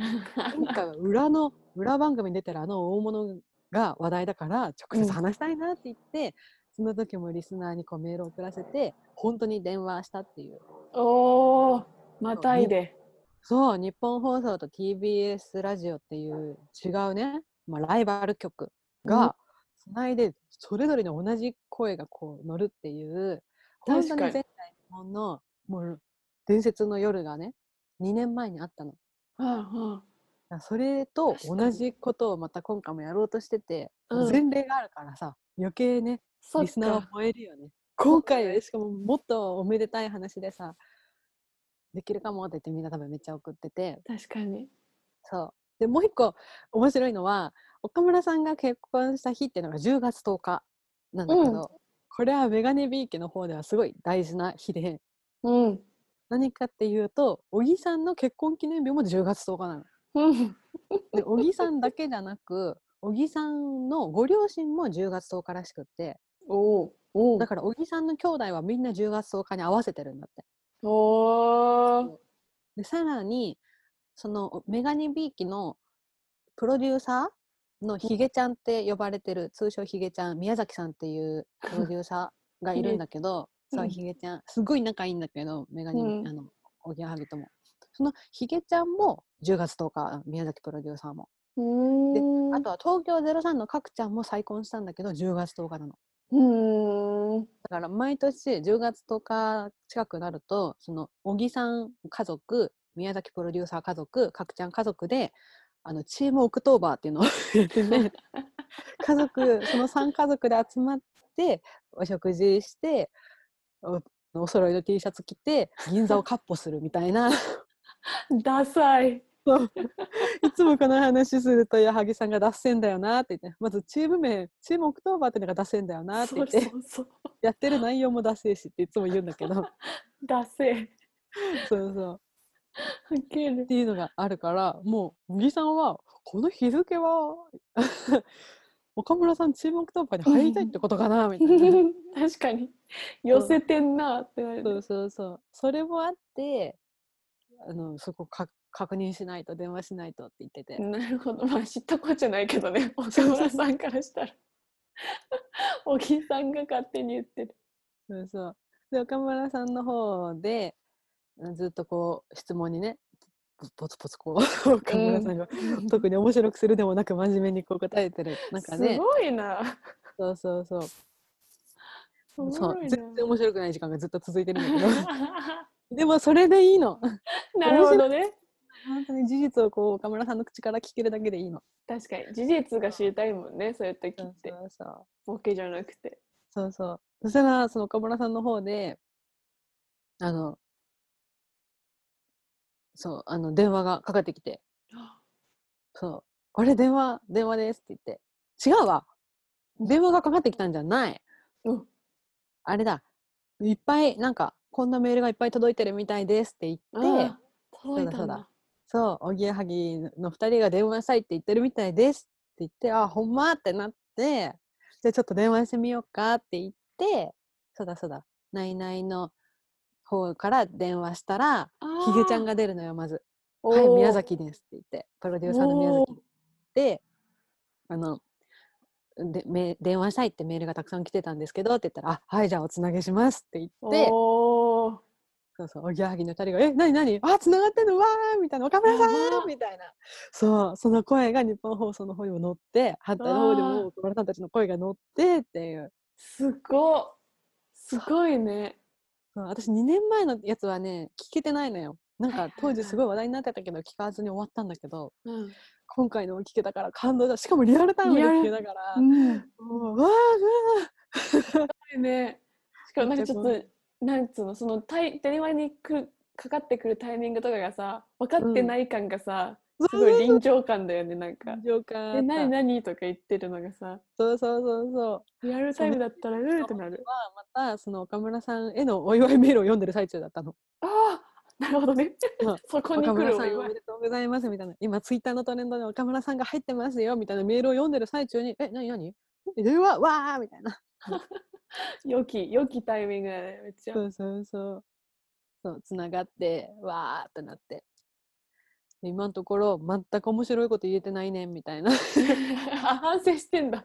S2: 今回は裏の裏番組に出てるあの大物が話題だから直接話したいなって言って、その時もリスナーにこうメールを送らせて本当に電話したっていう
S1: おお、またいで。
S2: そう日本放送と TBS ラジオっていう違うね、まあ、ライバル局がつないでそれぞれの同じ声がこう乗るっていう本
S1: 確
S2: 当
S1: か
S2: に
S1: に
S2: 前代未聞のもう伝説の夜がね2年前にあったの。
S1: うん
S2: だからそれと
S1: 確かに
S2: 同じことをまた今回もやろうとしてて、
S1: うん
S2: 前例があるからさ余計ね
S1: そっ
S2: リスナーは
S1: か。
S2: 燃えるよね今回はしかももっとおめでたい話でさできるかもって言ってみんな多分めっちゃ送ってて
S1: 確かに。
S2: そうでもう一個面白いのは岡村さんが結婚した日っていうのが10月10日なんだけど、
S1: うん
S2: これはメガネビーキの方ではすごい大事な日で
S1: うん。
S2: 何かっていうと小木さんの結婚記念日も10月10日なの。
S1: うん。
S2: で小木さんだけじゃなく小木さんのご両親も10月10日らしくって
S1: おお。お
S2: だから小木さんの兄弟はみんな10月10日に合わせてるんだって
S1: お。おお。
S2: でさらにそのメガネビーキのプロデューサーのヒゲちゃんって呼ばれてる通称ヒゲちゃん宮崎さんっていうプロデューサーがいるんだけど
S1: ヒゲ
S2: そううんヒゲちゃんすごい仲いいんだけどメガネ、
S1: うん
S2: あのおぎやはぎともそのヒゲちゃんも10月10日宮崎プロデューサーも
S1: うーん。
S2: あとは東京03の角ちゃんも再婚したんだけど10月10日なの
S1: うーん。
S2: だから毎年10月10日近くなるとその小木さん家族宮崎プロデューサー家族角ちゃん家族であのチームオクトーバーっていうのを やってね家族その3家族で集まってお食事しておお揃いの T シャツ着て銀座をかっ歩するみたいない
S1: ダサい。
S2: つもこの話すると矢作さんが脱線だよなって言ってまずチーム名チームオクトーバーっていうのが脱線だよなって
S1: そ
S2: 言
S1: う
S2: って
S1: そうそう。
S2: やってる内容も脱線しっていつも言うんだ けど
S1: ダセー。
S2: そうそう。
S1: ウケる
S2: っ。ていうのがあるからもう小木さんはこの日付は 岡村さんチームオクトーバーに入りたいってことかなみたいな
S1: 確かに。寄せてんなってな
S2: そう
S1: る。
S2: そうそうそれもあってあのそこか確認しないと電話しないとって言ってて、
S1: なるほど。まあ知ったこっちゃないけどね、岡村さんからしたら。小木さんが勝手に言ってる。
S2: そうそうで岡村さんの方でうんずっとこう質問にねポツポツこう岡村さんが、特に面白くするでもなく真面目にこう答えてる中
S1: す
S2: で
S1: ごいな。
S2: そうそうそう
S1: すごい
S2: そう
S1: な
S2: 全然面白くない時間がずっと続いてるんだけどでもそれでいいの
S1: なるほどね。
S2: 本当に事実をこう岡村さんの口から聞けるだけでいいの
S1: 確かに事実が知りたいもんね、そういう時
S2: そ
S1: っ
S2: う
S1: て。
S2: そう
S1: ボケじゃなくて。
S2: そうそうそしたらその岡村さんの方であのそうあの電話がかかってきてそうあれ電話電話ですって言って違うわ電話がかかってきたんじゃない、
S1: うん
S2: あれだいっぱいなんかこんなメールがいっぱい届いてるみたいですって言って
S1: あー、届いた
S2: そうんだそ
S1: だ
S2: うだ。そう、おぎやはぎの2人が電話したいって言ってるみたいですって言って、あ、ほんまってなって、じゃあちょっと電話してみようかって言って、そうだそうだ、ないないの方から電話したら、ひげちゃん
S1: が、
S2: が出るのよ、まず。
S1: お
S2: は
S1: ー
S2: い、宮崎ですって言って、プロデューサーの宮崎で、あの、でめ電話したいってメールがたくさん来てたんですけどって言ったら「あはいじゃあおつなげします」って言って
S1: おー
S2: そうそう、おぎやはぎの二人が、え、なになにあ、繋がってんのわーみたいな、岡村さ
S1: やば
S2: んみたいな。そう、その声が日本放送の方にも乗って、反対の方で
S1: わー
S2: も岡村さんたちの声が乗ってっていう。
S1: すごっすごいね。
S2: そう私、2年前のやつはね、聞けてないのよ。なん
S1: はいはい
S2: か
S1: はい
S2: 当時すごい話題になってたけど、聞かずに終わったんだけど、
S1: うん
S2: 今回のも聞けたから感動だ。しかもリアルタイムで
S1: リアル
S2: 聞けたから、
S1: うん。
S2: もうわー
S1: ね。しかもなんかちょっ
S2: めっちゃ
S1: と、なんつうの、そのタイ電話に来るかかってくるタイミングとかがさ、分かってない感がさ、
S2: うん
S1: すごい臨場感だよね、なん
S2: うわ
S1: か
S2: ー。情感あった
S1: え、なになにとか言ってるのがさ、
S2: そうそうそうそう。
S1: リアルタイムだったら、うーってなる。
S2: は、また、その岡村さんへのお祝いメールを読んでる最中だったの。
S1: ああ、なるほどね
S2: うん。
S1: そこに
S2: 岡
S1: 来
S2: 村
S1: るお
S2: さんお
S1: 祝
S2: め
S1: い。
S2: でとうございますみたいな今ツイッターのトレンドで岡村さんが入ってますよみたいなメールを読んでる最中にえ何何え電話わーみたいな
S1: 良き、良きタイミングだね、めっちゃ。
S2: そうそうそうそうつながってわーってなってで今のところ全く面白いこと言えてないねんみたいな
S1: あ 反省してんだ。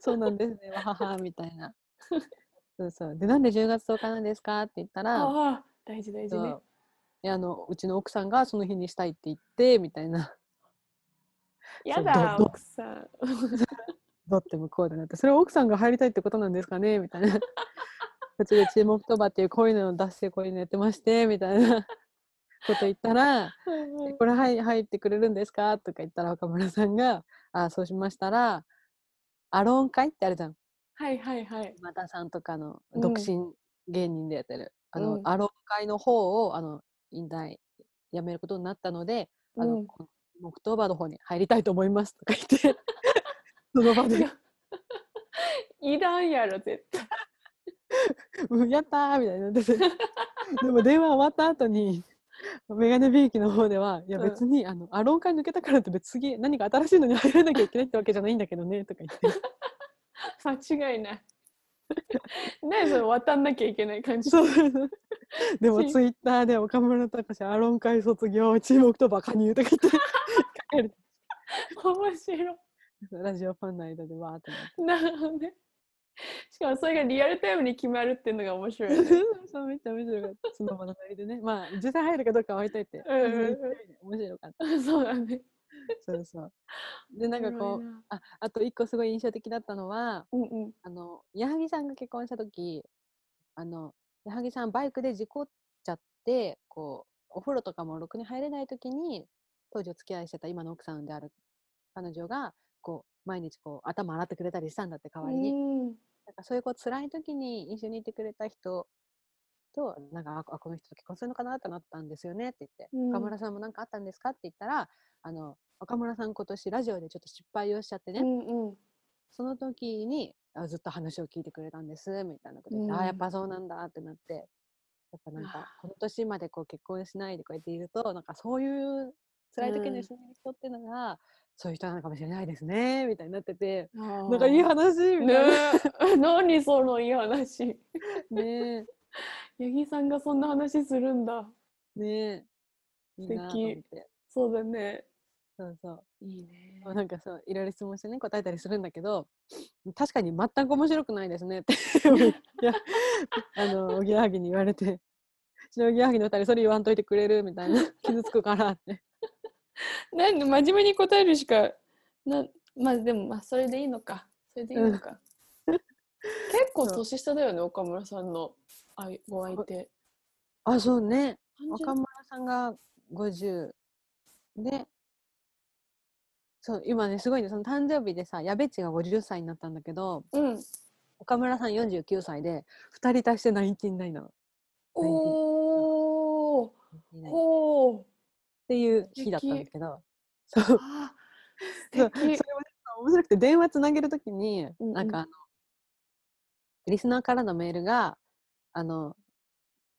S2: そうなんですねわははみたいな そうそうでなんで10月10日なんですかって言った
S1: あ
S2: ら
S1: あ、大事大事
S2: そ
S1: ね
S2: う。いやあのうちの奥さんがその日にしたいって言ってみたいな
S1: やだ、
S2: そうど
S1: 奥さん。
S2: だって向こうでなってそれは奥さんが入りたいってことなんですかねみたいな うちでチームオクトーバーっていうこういうのを出してこういうのやってましてみたいなこと言った ら「これ入入ってくれるんですか?」とか言ったら岡村さんが「あそうしましたらアローン会ってあるじゃん
S1: はいはいはい。
S2: 今田さんとかの
S1: うん
S2: 独身芸人でやってる、あの、
S1: うん
S2: アローン会の方をあの引退やめることになったのであの、
S1: うん
S2: このオクトーバーの方に入りたいと思いますとか言って その場で
S1: いらんやろ、絶対。
S2: うんやったーみたいになっ ててでも電話終わった後にメガネビーキの方では「いや
S1: うん
S2: 別に、あのアロン会抜けたからって別に次何か新しいのに入らなきゃいけないってわけじゃないんだけどね」とか言 って
S1: 間違いない。何それ渡んなきゃいけない感じ。
S2: そう でも
S1: し
S2: ツイッターで「岡村隆史アロン会卒業チームオクトーバー加入」とか言って
S1: 面白
S2: ラジオファンの間でわーってなって
S1: い。なるほどね。しかもそれがリアルタイムに決まるっていうのが面白いよね。
S2: そうめっちゃ面白かったその場のノリでねまあ実際入るかどうかは置いといて、
S1: うんうんうん
S2: 面白かっ
S1: そうだね。
S2: たそうそうでなんかこう
S1: 面
S2: ああと一個すごい印象的だったのは
S1: 白いな。うんうん。
S2: あの矢作さんが結婚した時あの矢作さんバイクで事故っちゃってこうお風呂とかもろくに入れない時に当時お付き合いしてた今の奥さんである彼女がこう毎日こう頭洗ってくれたりしたんだって代わりに、
S1: うん
S2: なんかそういうこう辛い時に一緒にいてくれた人となんかああこの人と結婚するのかなってなったんですよねって言って、
S1: うん
S2: 岡村さんも何かあったんですかって言ったらあの岡村さん今年ラジオでちょっと失敗をしちゃってね、
S1: うんうん。
S2: その時にあずっと話を聞いてくれたんですみたいなこと言っ
S1: うん
S2: て、ああやっぱそうなんだってなってやっぱなん
S1: あ
S2: かこの年までこう結婚しないでこうやっているとなんかそういう辛い時
S1: うん
S2: に一緒にいる人っていうのが、そういう人なのかもしれないですねみたいになってて
S1: な
S2: なんかいい話み
S1: ね
S2: たいな、
S1: え 何そのいい話。
S2: ね
S1: 八木さんがそんな話するんだ。
S2: えねえいいなと思っ
S1: 素敵
S2: て
S1: そうだね。
S2: そうそう
S1: いいね
S2: なんかそういろいろ質問してね答えたりするんだけど確かに全く面白くないですねって いやあのおぎやはぎに言われて 「うちのおぎやはぎの二人それ言わんといてくれる?」みたいな 傷つくからって
S1: なんで真面目に答えるしかなまあでもまあそれでいいのかそれでいいのか、結構年下だよね岡村さんのあいお相手
S2: あそうね
S1: 30
S2: 岡村さんが50でそう今ねすごいねその誕生日でさ矢部っちが50歳になったんだけど
S1: うん
S2: 岡村さん49歳で2人足して19代なの。
S1: おお
S2: っ
S1: ほう
S2: ていう日だったんだけどそう
S1: あー
S2: そ
S1: 素
S2: う
S1: 敵
S2: それもね面白くて電話つなげるときに、
S1: うんうん
S2: なんかあのリスナーからのメールが「あの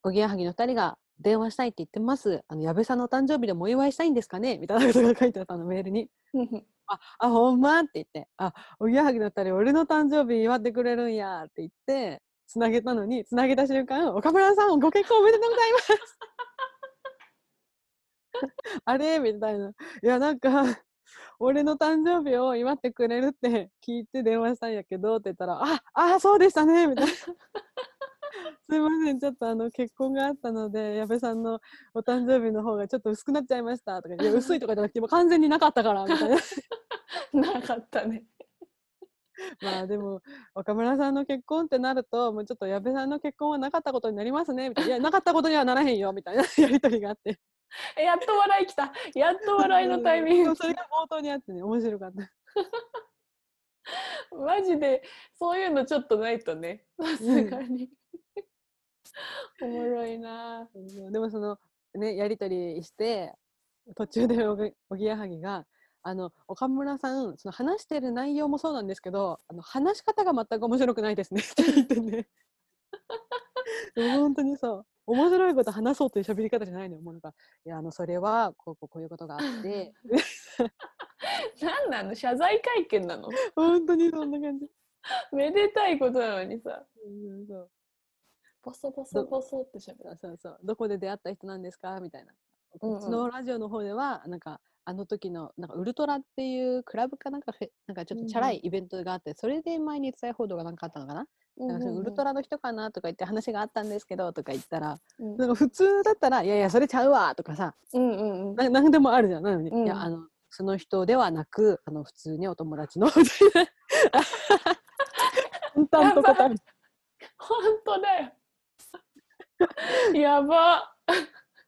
S2: おぎやはぎの2人が電話したいって言ってますあの矢部さんのお誕生日でもお祝いしたいんですかね?」みたいなことが書いてあったのメールに「ああほんま?」って言って「あおぎやはぎの2人俺の誕生日祝ってくれるんや」って言ってつなげたのにつなげた瞬間「岡村さんご結婚おめでとうございます」 あれみたいな。いや、なんか、俺の誕生日を祝ってくれるって聞いて電話したんやけどって言ったら、ああ、そうでしたねみたいな。すいません、ちょっとあの結婚があったので、矢部さんのお誕生日の方がちょっと薄くなっちゃいましたとか、いや、薄いとかじゃなくて、もう完全になかったからみたいな。
S1: なかったね
S2: まあでも、岡村さんの結婚ってなると、もうちょっと矢部さんの結婚はなかったことになりますねみたいな。いや、なかったことにはならへんよみたいな やりとりがあって。
S1: えやっと笑いきたやっと笑いのタイミン
S2: そ
S1: グ
S2: うそれが冒頭にあってね、面白かった。
S1: マジでそういうのちょっとないとねさ すがにおもろいな
S2: そうそうでもそのねやり取りして途中でおぎおぎやはぎがあの岡村さんその話してる内容もそうなんですけどあの話し方が全く面白くないですね って言ってねでも本当にそう面白いこと話そうという喋り方じゃないのよもうなんかいやあのそれはこうこうこういうことがあって
S1: 何なの謝罪会見なの
S2: 本当にそんな感じ
S1: めでたいことなのにさ
S2: そうそう
S1: ボソボソボソってしゃべ
S2: そ
S1: る
S2: うそうそうどこで出会った人なんですかみたいな
S1: うんうん
S2: うちのラジオの方ではなんかあの時のなんかウルトラっていうクラブかなんかフェなんかちょっとチャラいイベントがあって、それで前に伝え報道がなんかあったのかな,、なんかそのウルト
S1: ラ
S2: ラの人かなとか言って話があったんですけどとか言ったら、
S1: うん
S2: なんか普通だったら「いやいやそれちゃうわ」とかさ
S1: うんうんうん
S2: ななんでもあるじゃんなのに、
S1: うん
S2: いやあのその人ではなくあの普通にお友達のみたい な淡々と答える
S1: 本当だよ やば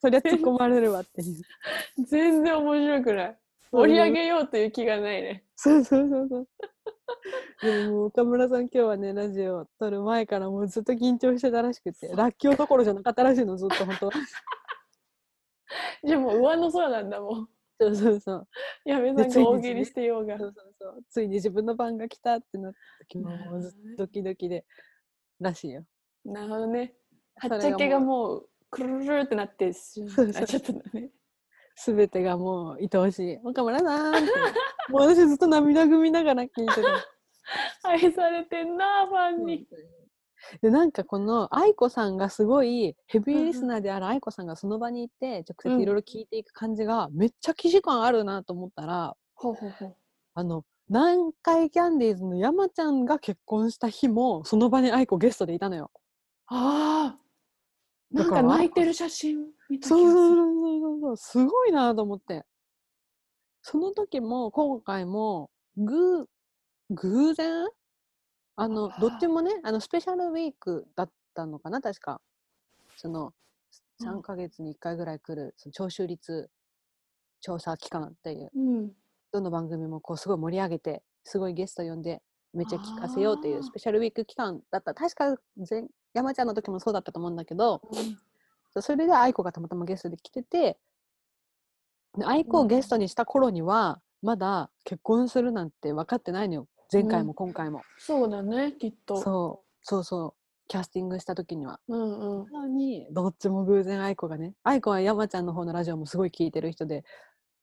S2: そりゃ突っ込まれるわっていう
S1: 全然面白くない盛り上げようという気がないね
S2: そうそうそうそう。でももう岡村さん今日はねラジオ撮る前からもうずっと緊張してたらしくてらっきょうどころじゃなかったらしいのずっと本 当
S1: じゃあもう上の空なんだもん
S2: そうそうそう
S1: 矢部さん
S2: つ
S1: が
S2: いに
S1: 大喜利してようが
S2: そうそうそうついに自分の番が来たってなった時ももうずっとドキドキでらしいよ
S1: なるほどねは
S2: そ
S1: っ
S2: れがもう
S1: ちゃけがもうくるるるってなってしゅ
S2: そうそう
S1: なっちゃったんだね
S2: 全てがもう愛おしい岡村さんって もう私ずっと涙ぐみながら聞いてた
S1: 愛されてんなファンに
S2: でなんかこの愛子さんがすごいヘビ
S1: うんう
S2: ー
S1: ん
S2: リスナーである愛子さんがその場にいて直
S1: う
S2: 接
S1: ん
S2: いろいろ聞いていく感じがめっちゃ既視感あるなと思ったら
S1: ほうほうほう
S2: あの南海キャンディーズの山ちゃんが結婚した日もその場に愛子ゲストでいたのよ。
S1: ああなん
S2: だ
S1: か
S2: から
S1: 泣いてる写真見た気が
S2: そう
S1: す
S2: そ
S1: る
S2: うそうそうそうすごいなと思ってその時も今回も偶偶然あのどっちもねあのスペシャルウィークだったのかな確かその
S1: うん
S2: 3ヶ月に1回ぐらい来るその聴取率調査期間っていう
S1: うん
S2: どの番組もこうすごい盛り上げてすごいゲスト呼んでめっちゃ聞かせようってい
S1: あー
S2: うスペシャルウィーク期間だった確か前山ちゃんの時もそうだったと思うんだけどそうそれで愛子がたまたまゲストで来ててで愛子をゲストにした頃にはまだ結婚するなんて分かってないのよ前回
S1: う
S2: も今回も、
S1: そうだねきっと
S2: そうそうそうキャスティングした時には
S1: うんうん
S2: なのにどっちも偶然愛子がね愛子は山ちゃんの方のラジオもすごい聞いてる人で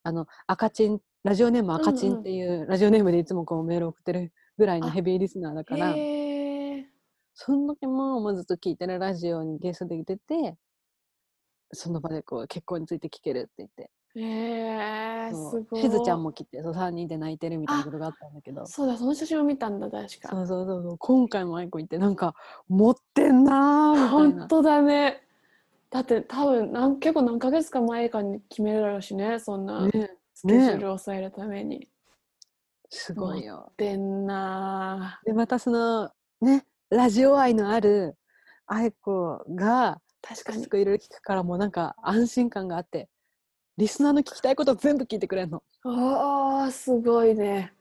S2: あの赤チンラジオネーム赤チ
S1: うんう
S2: ン
S1: ん
S2: っていう、ラジオネームでいつもこうメール送ってるぐらいの
S1: あ
S2: ヘビーリスナーだから
S1: へえ
S2: その時ももうずっと聞いてるラジオにゲストで出てその場でこう結婚について聞けるって言って
S1: えー、
S2: そ
S1: す
S2: う
S1: ごい。
S2: しずちゃんも来てそう3人で泣いてるみたいなことがあったんだけどそ
S1: そうだ、その写真を見たんだ、確か。
S2: うそうそうそう今回も愛子行ってなんか持ってんなーみたい
S1: 本
S2: な
S1: 当だね。だって多分なん結構何ヶ月か前かに決めるだろうしね、そんな
S2: ね
S1: スケジュールを抑えるために。
S2: すごいよ。
S1: でんな
S2: でまたそのねラジオ愛のある愛子が
S1: ー確か
S2: し
S1: に
S2: つ。くいろいろ聞くからもうなんか安心感があってリスナーの聞きたいこと全部聞いてくれるの。
S1: ああ、すごいね。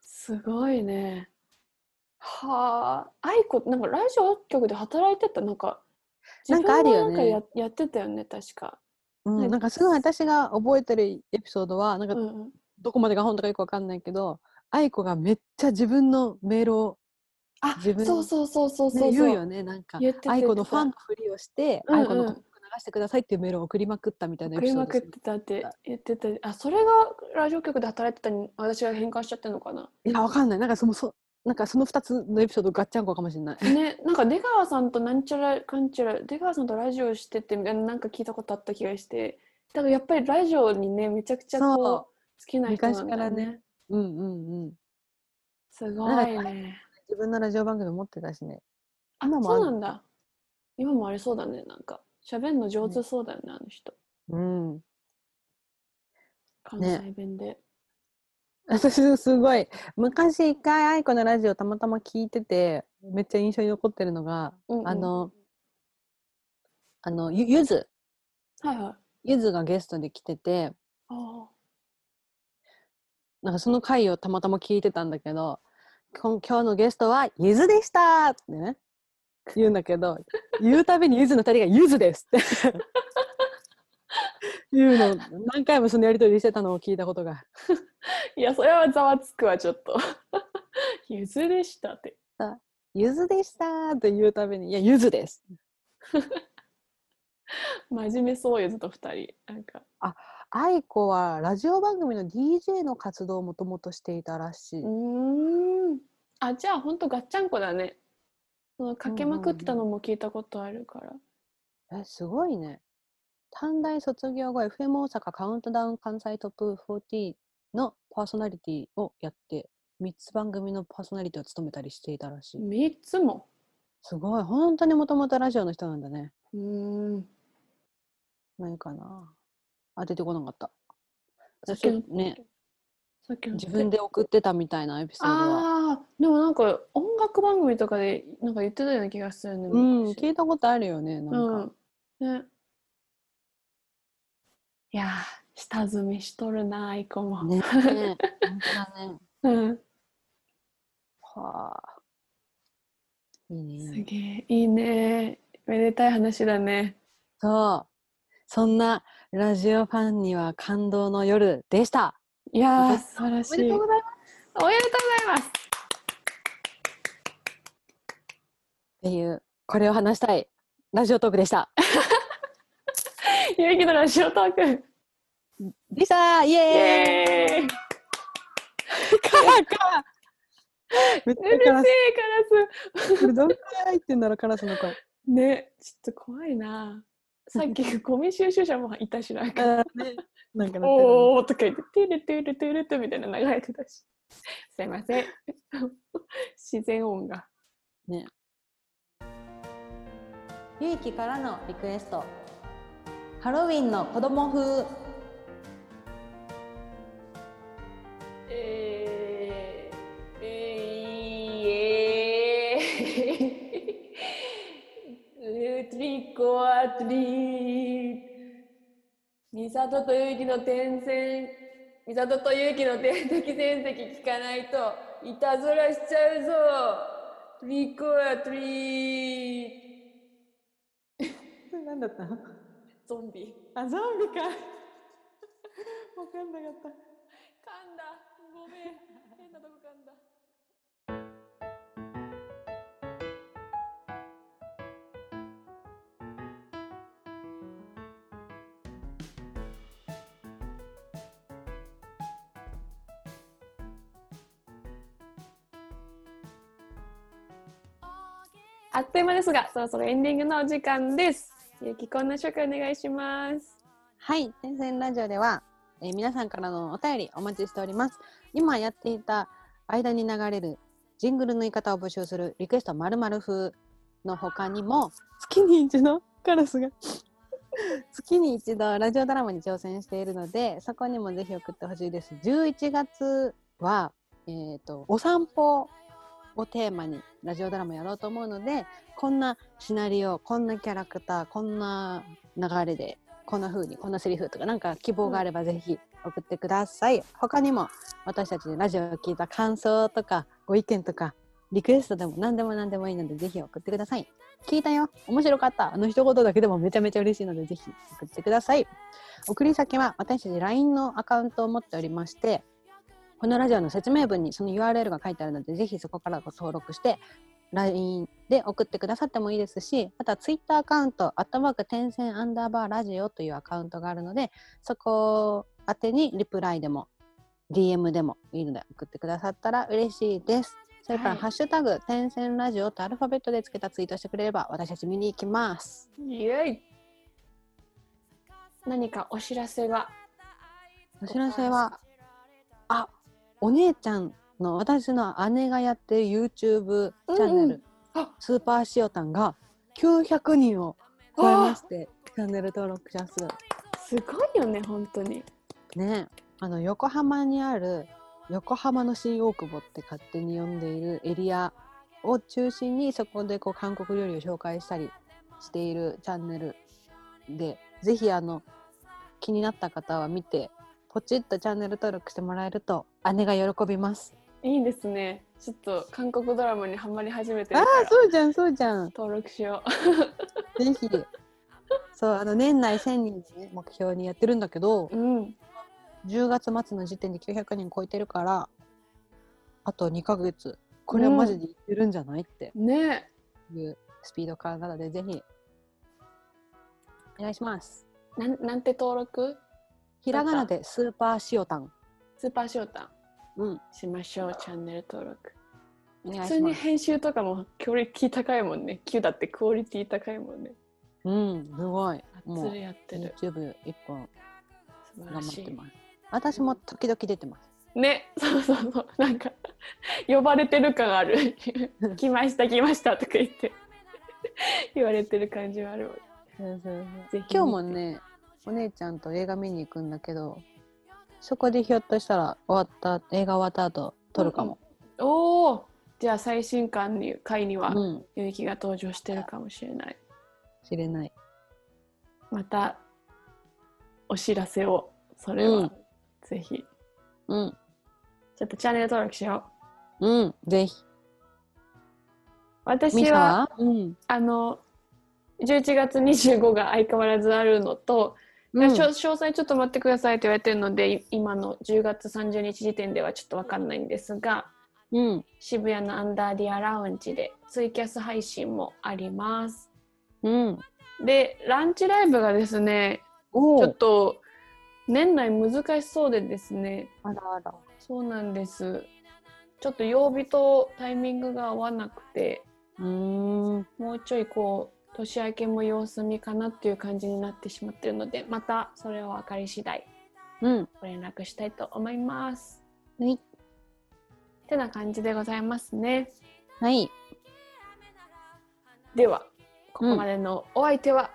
S1: すごいね。はあ、愛子、なんかラジオ局で働いてた、なんか。
S2: なんかあるよね
S1: 自分もなんかややってたよね、確か。
S2: う
S1: ね
S2: ん、なんかすごい私が覚えてるエピソードはなん
S1: うん
S2: か
S1: うん。
S2: どこまでが本当かよくわかんないけど愛子がめっちゃ自分のメールを、
S1: あ、
S2: 自分
S1: そうそうそうそう
S2: ね
S1: そう。
S2: 言うよねなんか
S1: 言ってた
S2: 愛子のフ
S1: 言
S2: ァン
S1: っ
S2: の
S1: て
S2: ふりをして、
S1: うんうん
S2: 愛子の広告流してくださいっていうメールを送りまくったみたいなエ
S1: 送
S2: ピ
S1: り
S2: ソ
S1: ま
S2: ード
S1: く
S2: で
S1: っ
S2: す
S1: てたって言ってた。あ、それがラジオ局で働いてたに、私が変換しちゃってるのか な。
S2: いやわかんないなんかそのそなんかその2つのエピソードガッチャンコかもしれない。
S1: ね、なんか出川さんとなんちゃらかんちゃら出川さんとラジオしててみたいななんか聞いたことあった気がしてだからやっぱりラジオにねめちゃくちゃこう
S2: そう
S1: 好きな人なんだよ
S2: 昔から
S1: ね
S2: ねうんうんうん、
S1: すご
S2: ないんか
S1: ね
S2: 自分のラジオ番組持ってたしね
S1: あ
S2: 今も
S1: そう
S2: ある
S1: なんだ今もありそうだねなんか喋んの上手そうだよね、あの人
S2: うん
S1: 関
S2: ね
S1: 西弁で、
S2: 私すごい昔一回愛子のラジオたまたま聞いててめっちゃ印象に残ってるのが、
S1: うんうん
S2: あのあのゆゆず
S1: はいはいあ
S2: ゆずがゲストで来てて
S1: あ
S2: なんかその回をたまたま聞いてたんだけど「こん今日のゲストはゆずでした!」ってね言うんだけど言うたびにゆずの二人が「ゆずです!」って言うの何回もそのやり取りしてたのを聞いたことが
S1: いやそれはざわつくわちょっと ゆずでしたって
S2: 「ゆずでした!」って言うたびに「いやゆずです!」
S1: 真面目そうゆずと二人なんか
S2: 愛子はラジオ番組の DJ の活動をもともとしていたらしい、
S1: うーんあじゃあほんとガッチャンコだねそのかけまくってたのも聞いたことあるから、
S2: えすごいね短大卒業後 FM 大阪カウントダウン関西トップ40のパーソナリティをやって3つ番組のパーソナリティを務めたりしていたらしい
S1: 三3つも
S2: すごい本当にもともとラジオの人なんだね
S1: うーん
S2: 何かなあ出てこなかった
S1: さっ
S2: ち
S1: き
S2: ょ
S1: の
S2: っとね
S1: さっきの
S2: 自分で送ってたみたいなエピソードは
S1: ああでもなんか音楽番組とかでなんか言ってたような気がするね
S2: うん
S1: 昔
S2: 聞いたことあるよねなんか、
S1: うんねいやー下積みしとるなアイコも、
S2: ね本当だね
S1: うん
S2: はあ。いい
S1: す
S2: ね。
S1: げえいいねめでたい話だね
S2: そう。そんなラジオファンには感動の夜でした。
S1: いや
S2: お
S1: ー素晴らし
S2: お
S1: い
S2: めでとうございま
S1: おめでとうございます
S2: す。っていう、これを話したいラジオトークでした。
S1: ゆうきのラジオトーク。
S2: でしたイ
S1: イ
S2: エーイ
S1: エーイ。
S2: カラカラめっ
S1: うるせえ
S2: ちゃカラ
S1: カラ
S2: ス。これどんくらい入ってんだろう、カラスの声。
S1: ス。ね、ちょっと怖いな。さっきゴミ収集車もいたしなんか。
S2: あーね、 なんかなってるね
S1: おーとか言って、トゥルトゥルトゥルトゥみたいなの流れてたし。すいません。自然音が。
S2: ゆうきからのリクエストハロウィンの子供風
S1: えー、えー、えー、トリックオアトリート。ミサトとユウキの転戦、ミサトとユウキの天敵戦績聞かないと、いたずらしちゃうぞトリックオアトリー
S2: なんだったの
S1: ト。ゾンビ。
S2: あ、ゾンビかわかんなかった
S1: 噛んだごめん。変なとこ噛んだ。あっという間ですが、そろそろエンディングのお時間です。ゆきこんな紹介お願いします。
S2: はい、天線ラジオでは、えー皆さんからのお便りお待ちしております。今やっていた間に流れるジングルの言い方を募集するリクエストまるまる風の他にも、月に一度カラスが 月に一度ラジオドラマに挑戦しているので、そこにもぜひ送ってほしいです。11月は、えー、とお散歩をテーマにラジオドラマやろうと思うので、こんなシナリオ、こんなキャラクター、こんな流れでこんな風にこんなセリフとかなんか希望があればぜひ送ってください、他にも私たちでラジオを聞いた感想とかご意見とかリクエストでも何でも何でもいいのでぜひ送ってください聞いたよ面白かったあの一言だけでもめちゃめちゃ嬉しいのでぜひ送ってください送り先は私たち LINE のアカウントを持っておりましてこのラジオの説明文にその URL が書いてあるのでぜひそこからご登録して LINE で送ってくださってもいいですし、あとは Twitter アカウント、アットマーク転線アンダーバーラジオというアカウントがあるので、そこ宛てにリプライでも DM でもいいので送ってくださったら嬉しいです。それから、
S1: はい
S2: ハッシュタグ、転線ラジオとアルファベットでつけたツイートしてくれれば、私たち見に行きます。
S1: イエイ何かお知らせが
S2: お知らせは、あお姉ちゃんの私の姉がやってる YouTube チャンネル、
S1: うんうんあ
S2: スーパーシオタンが900人を超えましてチャンネル登録者数
S1: すごいよね本当に
S2: ねあの横浜にある横浜の新大久保って勝手に呼んでいるエリアを中心にそこでこう韓国料理を紹介したりしているチャンネルでぜひあの気になった方は見てポチッとチャンネル登録してもらえると姉が喜びます
S1: いいですねちょっと韓国ドラマにハマり始めて
S2: あ
S1: る
S2: あ
S1: から
S2: そうじゃんそうじゃん
S1: 登録しよ
S2: ぜひそうあの年内1000人をね目標にやってるんだけど
S1: ううん
S2: 10月末の時点で900人超えてるからあと2ヶ月これはマジでいってるんじゃない、って
S1: ね
S2: いうスピード感なのでぜひお願いします
S1: えなんなんて登録
S2: ひらがなでスーパーシオタン
S1: スーパーショータン
S2: うん
S1: しましょうチャンネル登録
S2: お願
S1: 普
S2: い
S1: 通
S2: し
S1: に
S2: ます
S1: 編集とかもクオリティ高いもんね Q だってクオリティ高いもんね
S2: うんすごい
S1: が
S2: も
S1: っ
S2: う
S1: つりやってる
S2: YouTube 一本
S1: 素晴ら
S2: 頑張
S1: し
S2: って
S1: い
S2: ます私も時々出てます
S1: ね そうそうそうなんか呼ばれてる感ある 来ました来ましたとか言って 言われてる感じはあるわぜひ見て
S2: 今日もねお姉ちゃんと映画見に行くんだけどそこでひょっとしたら終わった映画終わった後撮るかも、
S1: おおじゃあ最新刊に回には
S2: うん
S1: ゆうきが登場してるかもしれない
S2: 知れない
S1: またお知らせをそれは、
S2: うん
S1: ぜひ
S2: うん
S1: ちょっとチャンネル登録しよう
S2: うんぜひ
S1: 私
S2: ミサ
S1: は
S2: はうん、
S1: あの11月25が相変わらずあるのと、
S2: うん
S1: 詳詳細ちょっと待ってくださいって言われてるのでい今の10月30日時点ではちょっと分かんないんですが
S2: うん
S1: 渋谷のアンダーディアラウンジでツイキャス配信もあります
S2: うん
S1: でランチライブがですね
S2: お
S1: ちょ
S2: お
S1: っと年内難しそうでですね
S2: あらあら
S1: そうなんですちょっと曜日とタイミングが合わなくて
S2: うーん
S1: もうちょいこう年明けも様子見かなっていう感じになってしまってるのでまたそれを分かり次第
S2: うん
S1: ご連絡したいと思います。
S2: はい
S1: てな感じでございますね。
S2: はい
S1: ではここまでのお相手は、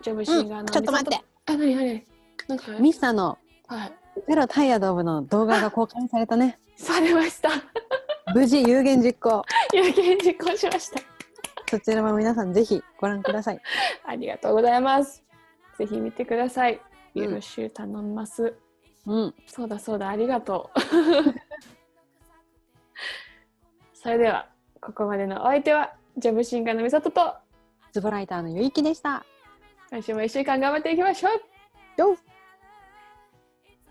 S1: ジョブシンガーの、
S2: うんちょっと待って。
S1: あ、なになになんか、
S2: ミサの
S1: はい。
S2: ゼロタイヤドームの動画が公開された ね
S1: されました。
S2: 無事有言実行
S1: 有言実行しました。
S2: そちらも皆さんぜひご覧ください
S1: ありがとうございます。ぜひ見てください。
S2: うん
S1: よろしゅう頼みます。
S2: うん
S1: そうだそうだ、ありがとう。 それでは、ここまでのお相手は、ジャブシンガーのみさとと、
S2: ズボライターのゆいきでした
S1: 来週も1週間頑張っていきましょう。
S2: よっ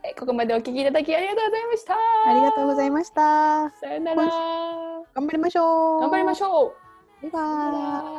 S1: えここまでお聞きいただきありがとうございました。
S2: ありがとうございました
S1: さよなら。
S2: 頑張りましょう
S1: 頑張りましょう。
S2: バイバイ
S1: バイバイ